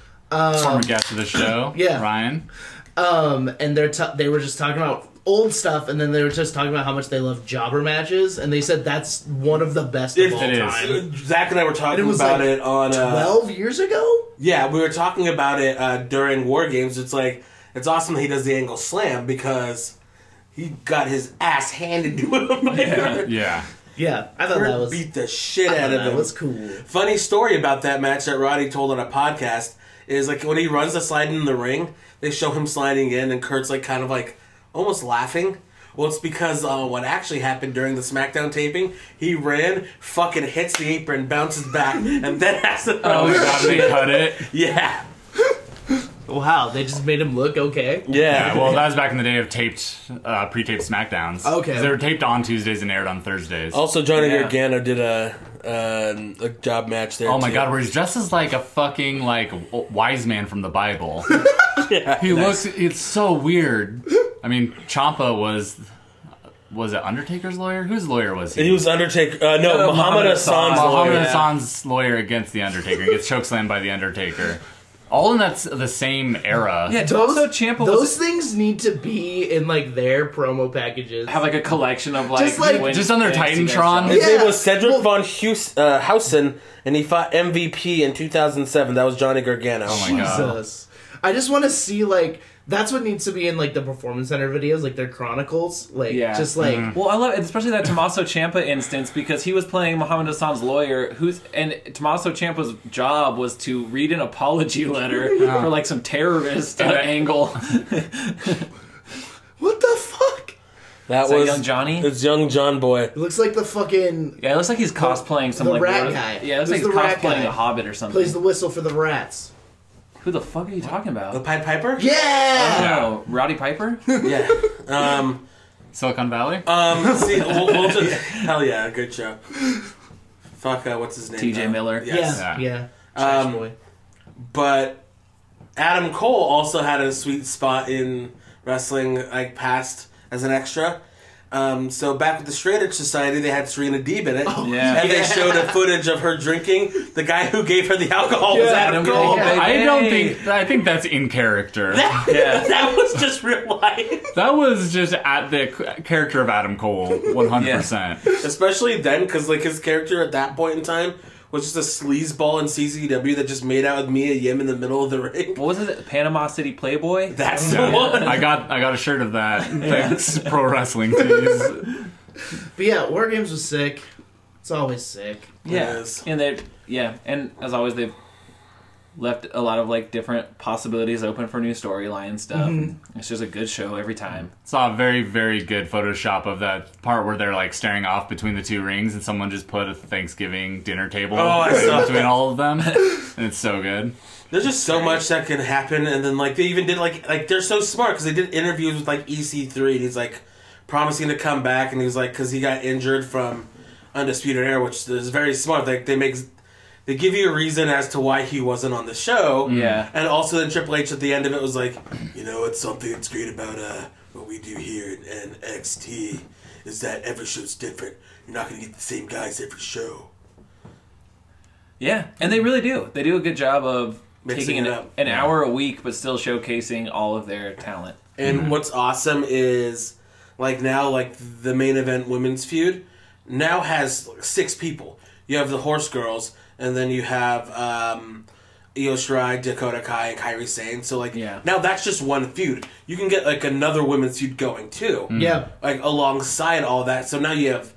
Speaker 7: former guest of the show,
Speaker 3: yeah.
Speaker 7: Ryan.
Speaker 3: Um, and they're t- they were just talking about old stuff, and then they were just talking about how much they love jobber matches, and they said that's one of the best of
Speaker 5: It-
Speaker 3: all
Speaker 7: it is.
Speaker 3: time.
Speaker 5: Zach and I were talking
Speaker 3: And it was
Speaker 5: about
Speaker 3: like
Speaker 5: it on uh,
Speaker 3: Twelve years ago,
Speaker 5: Yeah, we were talking about it uh, during War Games. It's like it's awesome that he does the angle slam because he got his ass handed to him. Yeah,
Speaker 7: Yeah,
Speaker 3: yeah, I thought that was
Speaker 5: beat the shit
Speaker 3: I
Speaker 5: out
Speaker 3: thought
Speaker 5: of
Speaker 3: that
Speaker 5: him.
Speaker 3: was cool.
Speaker 5: Funny story about that match that Roddy told on a podcast is like when he runs the slide in the ring, they show him sliding in, and Kurt's like kind of like almost laughing. Well, it's because uh, what actually happened during the SmackDown taping, he ran, fucking hits the apron, bounces back, and then has to.
Speaker 7: oh my god, they cut it.
Speaker 5: yeah,
Speaker 3: Wow, they just made him look okay.
Speaker 7: Yeah, well, that was back in the day of taped, uh, pre-taped Smackdowns.
Speaker 3: Okay.
Speaker 7: they were taped on Tuesdays and aired on Thursdays. Oh,
Speaker 5: Also, Johnny
Speaker 6: Yeah.
Speaker 5: Gargano did a um, a job match there.
Speaker 7: Oh my
Speaker 5: too.
Speaker 7: god, where he's dressed as like a fucking like w- wise man from the Bible. he looks. It's so weird. I mean, Champa was. Was it Undertaker's lawyer? Whose lawyer was he?
Speaker 5: He was Undertaker. Uh, no,
Speaker 6: No,
Speaker 5: Muhammad
Speaker 6: Muhammad
Speaker 5: Hassan's
Speaker 6: Hassan.
Speaker 5: lawyer.
Speaker 7: Muhammad
Speaker 6: Yeah.
Speaker 7: Hassan's lawyer against the Undertaker gets chokeslammed by the Undertaker. All in that's the same era.
Speaker 6: yeah,
Speaker 3: Those,
Speaker 6: Tommaso Ciampa
Speaker 3: those
Speaker 6: was,
Speaker 3: things need to be in like their promo packages.
Speaker 6: have like a collection of like,
Speaker 3: Just, like,
Speaker 6: when
Speaker 7: just on their
Speaker 6: NXT guys
Speaker 7: Titantron.
Speaker 5: His
Speaker 6: showed up.
Speaker 5: name
Speaker 3: Yeah.
Speaker 5: was Cedric
Speaker 3: Well-
Speaker 5: von Hous- uh, Housen, and he fought MVP in 2007. That was Johnny Gargano.
Speaker 7: Oh my god.
Speaker 3: Jesus. I just want to see like that's what needs to be in like the performance center videos, like their chronicles, like
Speaker 6: Yeah. Mm-hmm.
Speaker 3: just like
Speaker 6: Well, I love it, especially that Tommaso Champa instance because he was playing Muhammad Hassan's lawyer, who's and Tommaso Champa's job was to read an apology letter for like some terrorist uh, angle.
Speaker 3: what the fuck?
Speaker 5: That
Speaker 6: Is that
Speaker 5: was
Speaker 6: young Johnny?
Speaker 5: It's young John boy.
Speaker 3: It looks like the fucking
Speaker 6: Yeah, it looks like he's cosplaying some
Speaker 3: the
Speaker 6: like
Speaker 3: rat
Speaker 6: Lord-
Speaker 3: guy.
Speaker 6: Yeah, it looks like
Speaker 3: Who's
Speaker 6: he's
Speaker 3: the rat
Speaker 6: cosplaying
Speaker 3: guy?
Speaker 6: a hobbit or something.
Speaker 3: plays the whistle for the rats.
Speaker 6: Who the fuck are you talking
Speaker 5: The
Speaker 6: about?
Speaker 5: Pied Piper.
Speaker 3: Yeah.
Speaker 6: Oh, Rowdy Oh, Piper?
Speaker 5: Yeah. Um.
Speaker 7: Silicon Valley?
Speaker 5: Um. See, we'll, we'll just, hell yeah, good show. Fuck. Uh, what's his name?
Speaker 6: T.J.
Speaker 5: though?
Speaker 6: Miller.
Speaker 5: Yes.
Speaker 3: Yeah.
Speaker 7: Yeah.
Speaker 3: Yeah. Trash
Speaker 5: Um,
Speaker 3: boy.
Speaker 5: But Adam Cole also had a sweet spot in wrestling, like past as an extra. Um, so back with the Straight Edge Society, they had Serena Deeb in it,
Speaker 6: Oh, yeah.
Speaker 5: and they showed a footage of her drinking. The guy who gave her the alcohol was Adam
Speaker 6: Adam
Speaker 5: Cole.
Speaker 6: Cole. Yeah.
Speaker 7: I don't
Speaker 6: Hey.
Speaker 7: think I think that's in character.
Speaker 6: Yeah.
Speaker 5: that was just real life.
Speaker 7: that was just at the c- character of Adam Cole, one hundred percent.
Speaker 5: Especially then, because like his character at that point in time was just a sleazeball in CZW that just made out with Mia Yim in the middle of the ring.
Speaker 6: What was it? Panama City Playboy?
Speaker 5: That's
Speaker 7: Yeah.
Speaker 5: the one.
Speaker 7: I got I got a shirt of that. Thanks, pro wrestling tees.
Speaker 3: But yeah, War Games was sick. It's always sick.
Speaker 6: yeah.
Speaker 5: is.
Speaker 6: And they yeah, and as always they've left a lot of like different possibilities open for new storyline stuff.
Speaker 5: Mm-hmm.
Speaker 6: It's just a good show every time.
Speaker 7: Saw a very very good Photoshop of that part where they're like staring off between the two rings, and someone just put a Thanksgiving dinner table
Speaker 5: Oh, I saw
Speaker 7: between all of them, and it's so good.
Speaker 5: There's just so much that can happen, and then like they even did like like they're so smart because they did interviews with like EC3, and he's like promising to come back, and he was like because he got injured from Undisputed Era, which is very smart. Like they make they give you a reason as to why he wasn't on the show,
Speaker 6: Yeah.
Speaker 5: and also then Triple H at the end of it was like, you know, it's something that's great about uh what we do here in NXT is that every show's different. You're not gonna get the same guys every show.
Speaker 6: Yeah, and they really do. They do a good job of
Speaker 5: Mixing
Speaker 6: taking
Speaker 5: it
Speaker 6: an,
Speaker 5: up.
Speaker 6: an hour a week, but still showcasing all of their talent.
Speaker 5: And what's awesome is like now like the main event women's feud now has six people. You have the Horse Girls, and then you have um, Io Shirai, Dakota Kai, and Kairi Sane. So like
Speaker 6: Yeah.
Speaker 5: now that's just one feud. You can get like another women's feud going too.
Speaker 6: Mm.
Speaker 3: Yeah.
Speaker 5: Like alongside all that, so now you have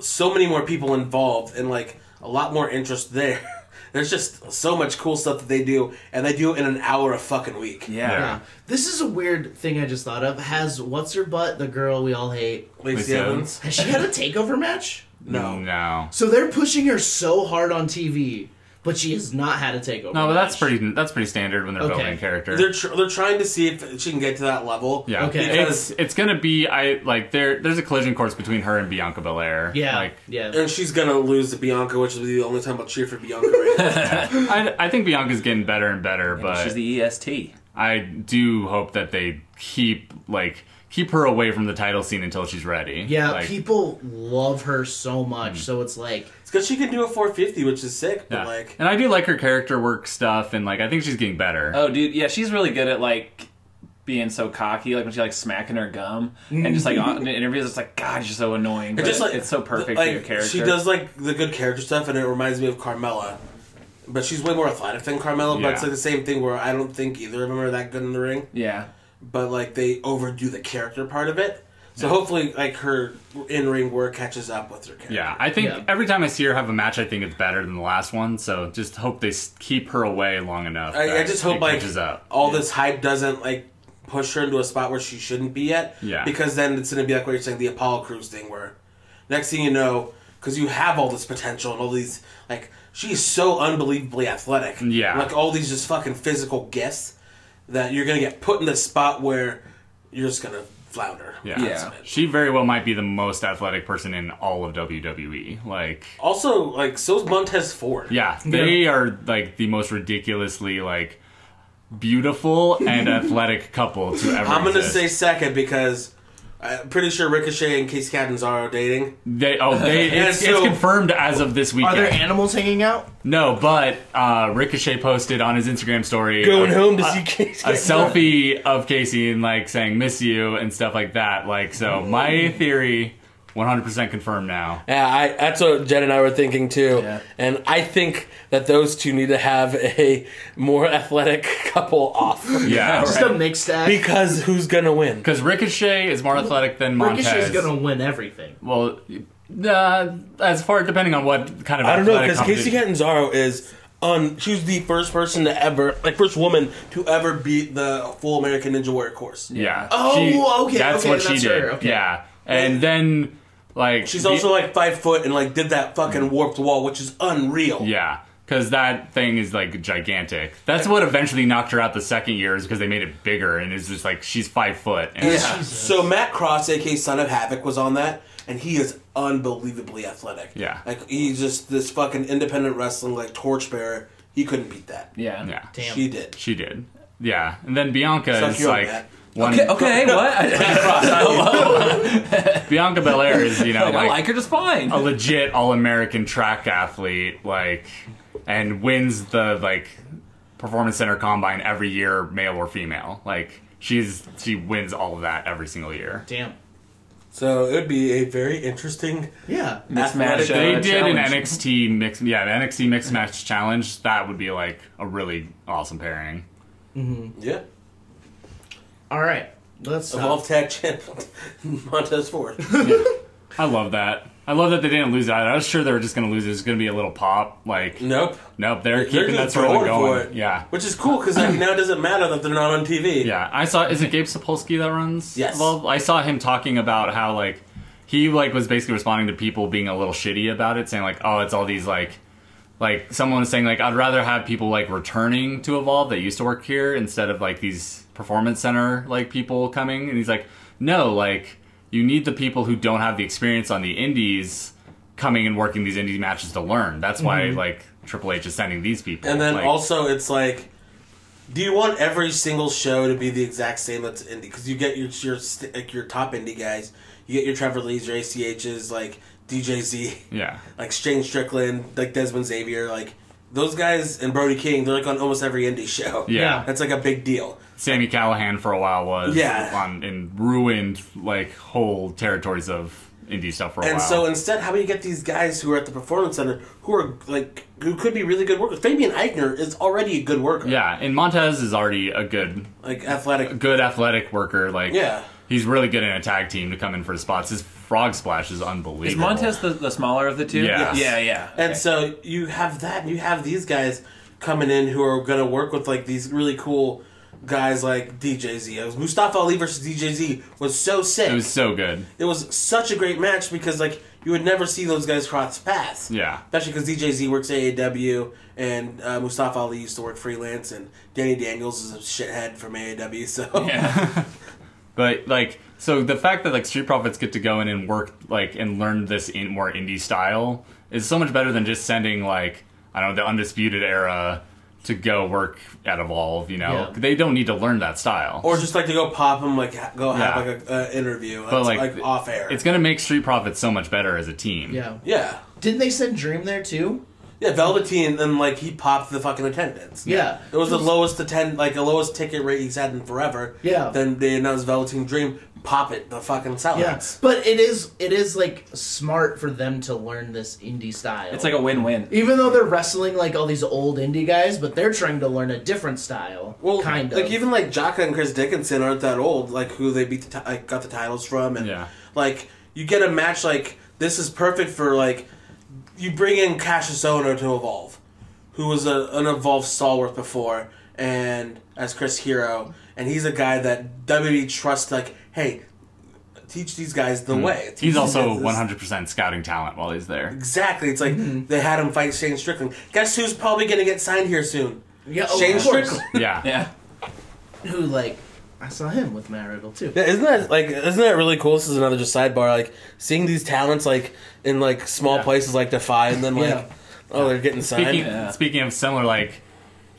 Speaker 5: so many more people involved and like a lot more interest there. There's just so much cool stuff that they do, and they do it in an hour a fucking week.
Speaker 6: Yeah.
Speaker 7: Yeah.
Speaker 3: Yeah. This is a weird thing I just thought of. Has what's her butt, the girl we all hate,
Speaker 5: Lacey
Speaker 7: Lacey
Speaker 5: Evans.
Speaker 3: has she had a takeover match?
Speaker 5: No.
Speaker 7: no,
Speaker 3: So they're pushing her so hard on TV, but she has not had a takeover.
Speaker 7: no, but that's
Speaker 3: match.
Speaker 7: pretty that's pretty standard when they're
Speaker 3: Okay.
Speaker 7: building character.
Speaker 5: They're tr- they're trying to see if she can get to that level.
Speaker 7: Yeah.
Speaker 3: Okay.
Speaker 7: It's it's gonna be I like there there's a collision course between her and Bianca Belair.
Speaker 3: Yeah,
Speaker 7: Like
Speaker 3: yeah.
Speaker 5: And she's gonna lose to Bianca, which will be the only time I'll cheer for Bianca. Right now.
Speaker 7: I, I think Bianca's getting better and better, but
Speaker 6: She's the E EST.
Speaker 7: I do hope that they keep like keep her away from the title scene until she's ready.
Speaker 3: Yeah,
Speaker 7: Like,
Speaker 3: people love her so much, so it's like
Speaker 5: It's because she can do a 450, which is sick. But
Speaker 7: yeah.
Speaker 5: like,
Speaker 7: and I do like her character work stuff, and like I think she's getting better.
Speaker 6: Oh, dude, yeah, she's really good at like being so cocky, like when she like smacking her gum and just like on in interviews, it's like God, you're so annoying. But
Speaker 5: Mm-hmm. just like
Speaker 6: it's so perfect
Speaker 5: like,
Speaker 6: for your character.
Speaker 5: She does like the good character stuff, and it reminds me of Carmella. But she's way more athletic than Carmella. But it's
Speaker 7: Yeah.
Speaker 5: like the same thing where I don't think either of them are that good in the ring.
Speaker 6: Yeah,
Speaker 5: But like they overdo the character part of it. So hopefully, like her in ring work catches up with her character.
Speaker 7: yeah, I think
Speaker 3: Yeah.
Speaker 7: every time I see her have a match, I think it's better than the last one. So just hope they s- keep her away long enough.
Speaker 5: I, I
Speaker 7: that
Speaker 5: just
Speaker 7: it
Speaker 5: hope like
Speaker 7: catches up.
Speaker 5: all this hype doesn't like push her into a spot where she shouldn't be yet.
Speaker 7: Yeah.
Speaker 5: Because then it's gonna be like what you're saying, the Apollo Crews thing, where next thing you know, because you have all this potential and all these like she's so unbelievably athletic.
Speaker 7: Yeah.
Speaker 5: Like all these just fucking physical gifts that you're gonna get put in this spot where you're just gonna flounder.
Speaker 7: Yeah.
Speaker 6: Yeah.
Speaker 7: She very well might be the most athletic person in all of WWE. Like
Speaker 5: Also, like so's Montez Ford.
Speaker 7: yeah, they are like the most ridiculously like beautiful and athletic couple to ever
Speaker 5: I'm gonna
Speaker 7: exist.
Speaker 5: say second because I'm pretty sure Ricochet and Case Catanzaro are dating.
Speaker 7: they oh they it's,
Speaker 5: so-
Speaker 7: it's confirmed as of this
Speaker 3: Are
Speaker 7: weekend.
Speaker 3: there animals hanging out?
Speaker 7: no, but uh, Ricochet posted on his Instagram story a,
Speaker 5: home to see Case.
Speaker 7: a selfie of Casey and like saying miss you and stuff like that. Like so my theory 100% confirmed now.
Speaker 5: Yeah, I, that's what Jen and I were thinking too.
Speaker 6: Yeah.
Speaker 5: And I think that those two need to have a more athletic couple off.
Speaker 7: Yeah.
Speaker 3: Just a mixed stack.
Speaker 5: Because who's going to win?
Speaker 7: Because Ricochet is more athletic than Montez.
Speaker 3: Ricochet's gonna win everything.
Speaker 7: Well, uh, as far depending on what kind of
Speaker 5: I don't know,
Speaker 7: athletic
Speaker 5: because Casey
Speaker 7: competition-
Speaker 5: Catanzaro is. Um, she was the first person to ever, like, first woman to ever beat the full American Ninja Warrior course.
Speaker 7: yeah.
Speaker 3: Oh, okay,
Speaker 7: That's
Speaker 3: okay,
Speaker 7: what
Speaker 3: that's
Speaker 7: she did.
Speaker 3: her, okay.
Speaker 7: Yeah, and then like
Speaker 5: She's
Speaker 7: the-
Speaker 5: also, like, five foot and, like, did that fucking warped wall, which is unreal.
Speaker 7: yeah. Because that thing is like gigantic. That's what eventually knocked her out the second year, is because they made it bigger, and it's just like she's five foot. And
Speaker 5: Yeah. So Matt Cross, aka Son of Havoc, was on that, and he is unbelievably athletic.
Speaker 7: Yeah.
Speaker 5: like he's just this fucking independent wrestling like torchbearer. He couldn't beat that.
Speaker 6: yeah,
Speaker 7: yeah,
Speaker 3: Damn.
Speaker 5: She did.
Speaker 7: she did. Yeah, and then Bianca
Speaker 5: Suck
Speaker 7: is
Speaker 5: you up,
Speaker 7: like
Speaker 5: Matt.
Speaker 7: One,
Speaker 6: Okay, okay, what?
Speaker 7: Bianca Belair is, you know,
Speaker 6: I
Speaker 7: like, Oh,
Speaker 6: like her just fine.
Speaker 7: a legit all-American track athlete, like, and wins the like performance center combine every year, male or female. Like, she's she wins all of that every single year.
Speaker 3: Damn.
Speaker 5: So it would be a very interesting
Speaker 3: Yeah.
Speaker 6: Mismatch.
Speaker 5: athletic-
Speaker 7: They
Speaker 6: Uh,
Speaker 7: did an
Speaker 6: challenge.
Speaker 7: NXT mix, yeah, the NXT mix match challenge. That would be like a really awesome pairing.
Speaker 5: Yeah.
Speaker 3: All right. Let's uh,
Speaker 5: Evolve Tag Champ Montez Ford.
Speaker 7: I love that. I love that they didn't lose that. I was sure they were just going to lose. It was going to be a little pop. Like,
Speaker 5: Nope.
Speaker 7: nope, they're,
Speaker 5: Mm. They're
Speaker 7: keeping that
Speaker 5: just
Speaker 7: storyline
Speaker 5: going for
Speaker 7: going.
Speaker 5: it.
Speaker 7: Yeah,
Speaker 5: Which is cool because like, now it doesn't matter that they're not on TV.
Speaker 7: Yeah, I saw. Is it Gabe Sapolsky that runs?
Speaker 5: Yes.
Speaker 7: Well, I saw him talking about how like he like was basically responding to people being a little shitty about it, saying like, oh, it's all these like. Like someone was saying, like I'd rather have people like returning to Evolve that used to work here instead of like these performance center like people coming. And he's like, no, like you need the people who don't have the experience on the indies coming and working these indie matches to learn. That's why like Triple H is sending these people.
Speaker 5: And then
Speaker 7: Like,
Speaker 5: also, it's like, do you want every single show to be the exact same that's indie? Because you get your your st- like your top indie guys, you get your Trevor Lee's, your ACHs, like DJ Z,
Speaker 7: yeah,
Speaker 5: like Shane Strickland, like Desmond Xavier, like those guys and Brody King. They're like on almost every indie show.
Speaker 7: yeah,
Speaker 5: that's like a big deal.
Speaker 7: Sammy Callahan for a while was
Speaker 5: Yeah.
Speaker 7: on and ruined like whole territories of indie stuff for a
Speaker 5: And
Speaker 7: while.
Speaker 5: so instead, how do you get these guys who are at the performance center who are like who could be really good workers? Fabian Eichner is already a good worker.
Speaker 7: yeah, and Montez is already a good
Speaker 5: like athletic.
Speaker 7: good athletic worker. Like
Speaker 5: Yeah.
Speaker 7: he's really good in a tag team to come in for spots. His frog splash is unbelievable.
Speaker 6: Is Montez the, the smaller of the two?
Speaker 7: Yes.
Speaker 6: Yeah, yeah.
Speaker 5: And so you have that, and you have these guys coming in who are going to work with like these really cool guys like DJ Z. It was Mustafa Ali versus DJ Z was so sick.
Speaker 7: It was so good.
Speaker 5: such a great match because like you would never see those guys cross paths.
Speaker 7: Yeah.
Speaker 5: Especially because DJ Z works AAW and uh, Mustafa Ali used to work freelance and Danny Daniels is a shithead from AAW. So
Speaker 6: Yeah.
Speaker 7: But like, so the fact that like Street Profits get to go in and work like and learn this in more indie style is so much better than just sending like I don't know the Undisputed Era to go work at Evolve. You know,
Speaker 3: Yeah.
Speaker 7: they don't need to learn that style.
Speaker 5: or just like to go pop him like ha- go
Speaker 7: Yeah.
Speaker 5: have like a uh, interview
Speaker 7: But,
Speaker 5: It's,
Speaker 7: like,
Speaker 5: like, off air.
Speaker 7: it's gonna make Street Profits so much better as a team.
Speaker 3: yeah.
Speaker 5: yeah.
Speaker 3: Didn't they send Dream there too?
Speaker 5: Yeah, Velveteen, and like he popped the fucking attendance.
Speaker 3: Yeah.
Speaker 5: it was the lowest attend, like the lowest ticket rate he's had in forever.
Speaker 3: Yeah.
Speaker 5: Then they announced Velveteen Dream, pop it, the fucking
Speaker 3: Yes,
Speaker 5: salads.
Speaker 3: But it is it is like smart for them to learn this indie style.
Speaker 6: It's like a win win.
Speaker 3: even though they're wrestling like all these old indie guys, but they're trying to learn a different style.
Speaker 5: Well,
Speaker 3: kind of.
Speaker 5: like even like Jaka and Chris Dickinson aren't that old. Like who they beat, the ti- like, got the titles from, and
Speaker 7: Yeah.
Speaker 5: like you get a match like this is perfect for like you bring in Cassius Ohno to evolve, who was a, an evolved stalwart before, and as Chris Hero, and he's a guy that WWE trusts. Like, hey, teach these guys
Speaker 3: Hmm.
Speaker 5: the way. Teach
Speaker 7: He's
Speaker 5: these
Speaker 7: also
Speaker 5: guys this-
Speaker 7: 100% scouting talent while he's there.
Speaker 5: Exactly. It's like
Speaker 3: Mm-hmm.
Speaker 5: they had him fight Shane Strickland. Guess who's probably gonna get signed here soon?
Speaker 3: yeah, oh,
Speaker 5: Shane
Speaker 3: of course.
Speaker 5: Strickland.
Speaker 7: Yeah.
Speaker 6: Yeah.
Speaker 3: who like I saw him with Matt Riddle too.
Speaker 5: Yeah, isn't that like isn't that really cool? This is another just sidebar. Like seeing these talents like in like small places like Defy, and then like
Speaker 3: Yeah.
Speaker 5: oh they're getting signed.
Speaker 7: Speaking, speaking of similar, like,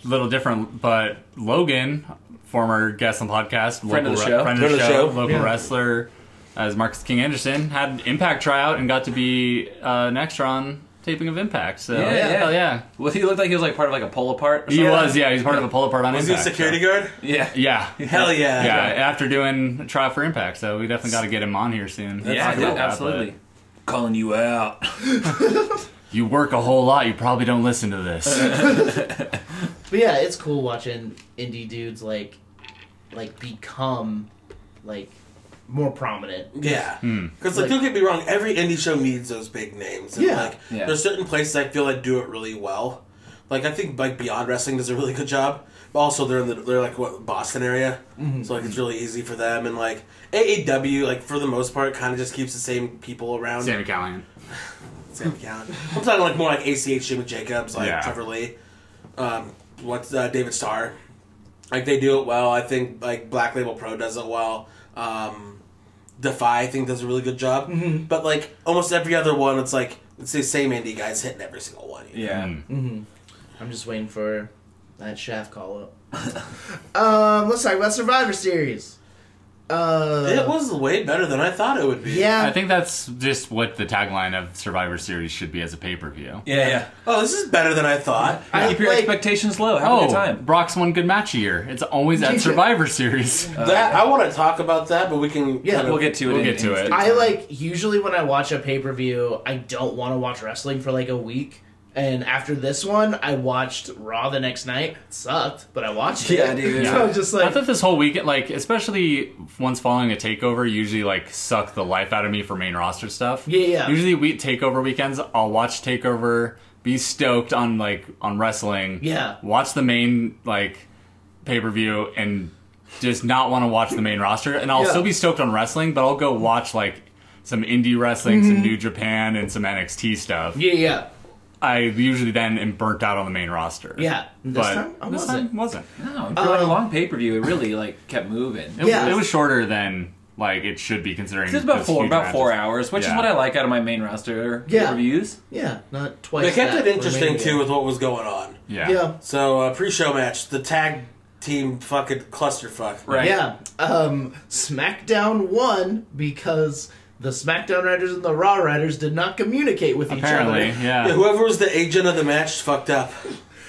Speaker 7: little different, but Logan, former guest on podcast,
Speaker 6: Friend of
Speaker 7: local
Speaker 6: the
Speaker 7: re-
Speaker 6: show.
Speaker 7: friend of the show, local
Speaker 3: Yeah.
Speaker 7: wrestler, as Marcus King Anderson, had an Impact tryout and got to be uh, an extra on taping of Impact. So,
Speaker 6: Yeah, yeah.
Speaker 7: hell yeah.
Speaker 6: Well, he looked like he was like part of like a pull apart. Or
Speaker 7: He
Speaker 6: something.
Speaker 7: was, yeah, he was part of a pull apart on
Speaker 5: Was he a
Speaker 7: Impact.
Speaker 5: security
Speaker 7: so-
Speaker 5: guard?
Speaker 6: Yeah.
Speaker 7: Yeah.
Speaker 5: Hell yeah!
Speaker 7: Yeah, after doing a trial for Impact, so we definitely got to get him on here soon.
Speaker 6: Yeah,
Speaker 7: Talk
Speaker 6: dude,
Speaker 7: about that,
Speaker 6: absolutely. Calling you out.
Speaker 7: but You work a whole lot. You probably don't listen to this.
Speaker 3: But yeah, it's cool watching indie dudes like like become like more prominent.
Speaker 5: Yeah, because like,
Speaker 3: Like-
Speaker 5: don't get me wrong, every indie show needs those big names. And,
Speaker 3: Yeah.
Speaker 5: like
Speaker 6: Yeah.
Speaker 5: there's certain places I feel that do it really well. Like I think like Beyond Wrestling does a really good job. But also they're in the they're like what Boston area, so like it's really easy for them. And like AAW, like for the most part, kind of just keeps the same people around.
Speaker 7: Sammy Callahan.
Speaker 5: Sam Callan. I'm talking like more like ACH Jimmy Jacobs, like
Speaker 7: Yeah.
Speaker 5: Trevor Lee, um, what's uh, David Starr. Like they do it well. I think like Black Label Pro does it well. Um, Defy I think does a really good job. But like almost every other one, it's like it's the same indie guys hitting every single one. you know?
Speaker 6: Yeah.
Speaker 7: Hmm.
Speaker 3: I'm just waiting for that Shaft call up. um, let's talk about Survivor Series.
Speaker 5: it was way better than I thought it would be.
Speaker 7: I
Speaker 4: Yeah.
Speaker 7: think that's just what the tagline of Survivor Series should be as a pay per view.
Speaker 6: Yeah, yeah.
Speaker 5: Oh, this is better than I thought.
Speaker 4: I
Speaker 6: Keep your
Speaker 4: like-
Speaker 6: expectations low. Have a
Speaker 7: Oh,
Speaker 6: good time.
Speaker 7: Brock's one good match a year. It's always at
Speaker 4: Yeah.
Speaker 7: Survivor Series.
Speaker 5: that I want to talk about that, but we can.
Speaker 3: Yeah,
Speaker 5: kind of-
Speaker 6: Uh, We'll get to it.
Speaker 7: We'll
Speaker 6: in-
Speaker 7: get to
Speaker 6: in-
Speaker 7: it.
Speaker 3: I like usually when I watch a pay per view, I don't want to watch wrestling for like a week. And after this one, I watched Raw the next night. It sucked, but I watched it.
Speaker 6: Yeah, dude.
Speaker 3: So I was just
Speaker 7: I
Speaker 3: like,
Speaker 7: thought this whole weekend, like especially once following a takeover, usually like suck the life out of me for main roster stuff.
Speaker 3: Yeah, yeah.
Speaker 7: Usually we takeover weekends, I'll watch takeover, be stoked on like on wrestling.
Speaker 3: Yeah.
Speaker 7: Watch the main like pay per view and just not want to watch the main roster, and I'll
Speaker 3: Yeah.
Speaker 7: still be stoked on wrestling, but I'll go watch like some indie wrestling, some New Japan, and some NXT stuff.
Speaker 3: Mm-hmm. yeah, yeah,
Speaker 7: I usually then am burnt out on the main roster.
Speaker 3: yeah. This
Speaker 7: but
Speaker 3: time, I
Speaker 7: this
Speaker 3: wasn't.
Speaker 7: time wasn't.
Speaker 6: No, for a long pay per view, it really like kept moving. It
Speaker 7: It,
Speaker 6: was,
Speaker 4: Yeah.
Speaker 7: it was shorter than like it should be considering.
Speaker 6: it was about
Speaker 7: those
Speaker 6: four
Speaker 7: huge
Speaker 6: about four
Speaker 7: matches.
Speaker 6: hours, which is
Speaker 7: Yeah.
Speaker 6: what I like out of my main roster
Speaker 3: Yeah.
Speaker 6: reviews.
Speaker 3: Yeah, not twice.
Speaker 5: They kept
Speaker 3: that
Speaker 5: it interesting
Speaker 3: remaining
Speaker 5: too
Speaker 3: game.
Speaker 5: with what was going on.
Speaker 7: Yeah.
Speaker 3: Yeah,
Speaker 5: So uh, pre-show match, the tag team fucking clusterfuck.
Speaker 6: Right.
Speaker 3: yeah. Um, SmackDown won because the SmackDown writers and the Raw writers did not communicate with
Speaker 7: Apparently,
Speaker 3: each other.
Speaker 5: Yeah,
Speaker 7: yeah,
Speaker 5: whoever was the agent of the match fucked up.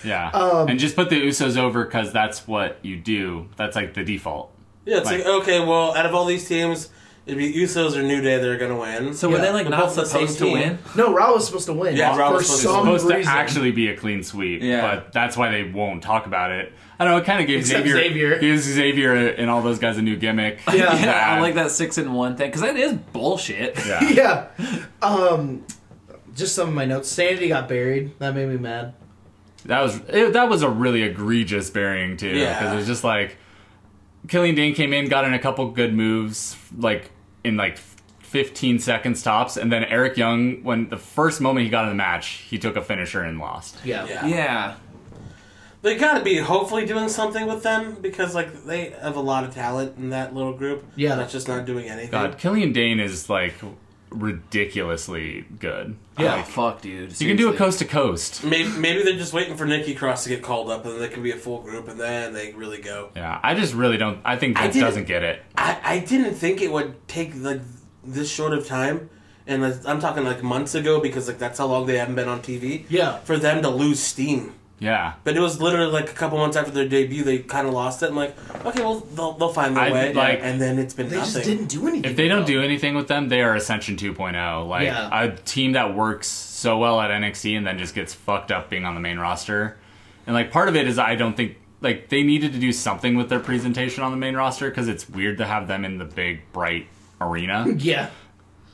Speaker 7: yeah,
Speaker 3: Um,
Speaker 7: and just put the Usos over because that's what you do. That's like the default.
Speaker 5: Yeah, it's
Speaker 7: Right.
Speaker 5: like okay, well, out of all these teams, it'd be Usos or New Day that are gonna win.
Speaker 6: So were
Speaker 3: Yeah.
Speaker 6: they like
Speaker 5: They're
Speaker 6: not
Speaker 5: both the
Speaker 6: supposed to
Speaker 5: same team.
Speaker 6: win?
Speaker 3: No, Raw was supposed to win.
Speaker 5: Yeah, Raw
Speaker 3: for
Speaker 5: was supposed to-
Speaker 3: some
Speaker 7: supposed
Speaker 3: reason.
Speaker 7: to actually be a clean sweep,
Speaker 6: Yeah.
Speaker 7: but that's why they won't talk about it. I don't know. It kind of gives
Speaker 3: Except
Speaker 7: Xavier,
Speaker 3: Xavier.
Speaker 7: gives Xavier and all those guys a new gimmick.
Speaker 3: Yeah.
Speaker 6: Yeah, I like that six in one thing because that is bullshit.
Speaker 7: Yeah.
Speaker 3: yeah. Um, just some of my notes. Sanity got buried. That made me mad.
Speaker 7: That was it, that was a really egregious burying too, because
Speaker 5: Yeah.
Speaker 7: it was just like Killing Dane came in, got in a couple good moves, like in like 15 seconds tops, and then Eric Young, when the first moment he got in the match, he took a finisher and lost.
Speaker 3: Yeah.
Speaker 5: Yeah.
Speaker 6: Yeah,
Speaker 5: They gotta be hopefully doing something with them because like they have a lot of talent in that little group.
Speaker 3: Yeah.
Speaker 5: that's just not doing anything.
Speaker 7: God, Killian Dane is like ridiculously good.
Speaker 3: Yeah.
Speaker 6: Oh, fuck, dude.
Speaker 7: You can do
Speaker 6: Seriously.
Speaker 7: a coast to coast.
Speaker 5: Maybe, maybe they're just waiting for Nikki Cross to get called up, and then they can be a full group, and then they really go.
Speaker 7: Yeah, I just really don't. I think
Speaker 5: I
Speaker 7: Vince
Speaker 5: didn't-
Speaker 7: doesn't get it.
Speaker 5: I, I didn't think it would take like this short of time, and that's- I'm talking like months ago because like that's how long they haven't been on TV.
Speaker 3: Yeah.
Speaker 5: for them to lose steam.
Speaker 7: Yeah.
Speaker 5: But it was literally like a couple months after their debut, they kind of lost it. I'm like, okay, well they'll, they'll find their
Speaker 7: I-
Speaker 5: way.
Speaker 7: like-
Speaker 5: and then it's been
Speaker 3: They
Speaker 5: nothing.
Speaker 3: just didn't do anything.
Speaker 7: If they don't
Speaker 3: though.
Speaker 7: do anything with them, they are Ascension 2.0. Like
Speaker 3: Yeah.
Speaker 7: a team that works so well at NXT and then just gets fucked up being on the main roster. And like part of it is I don't think like they needed to do something with their presentation on the main roster because it's weird to have them in the big bright arena
Speaker 3: Yeah.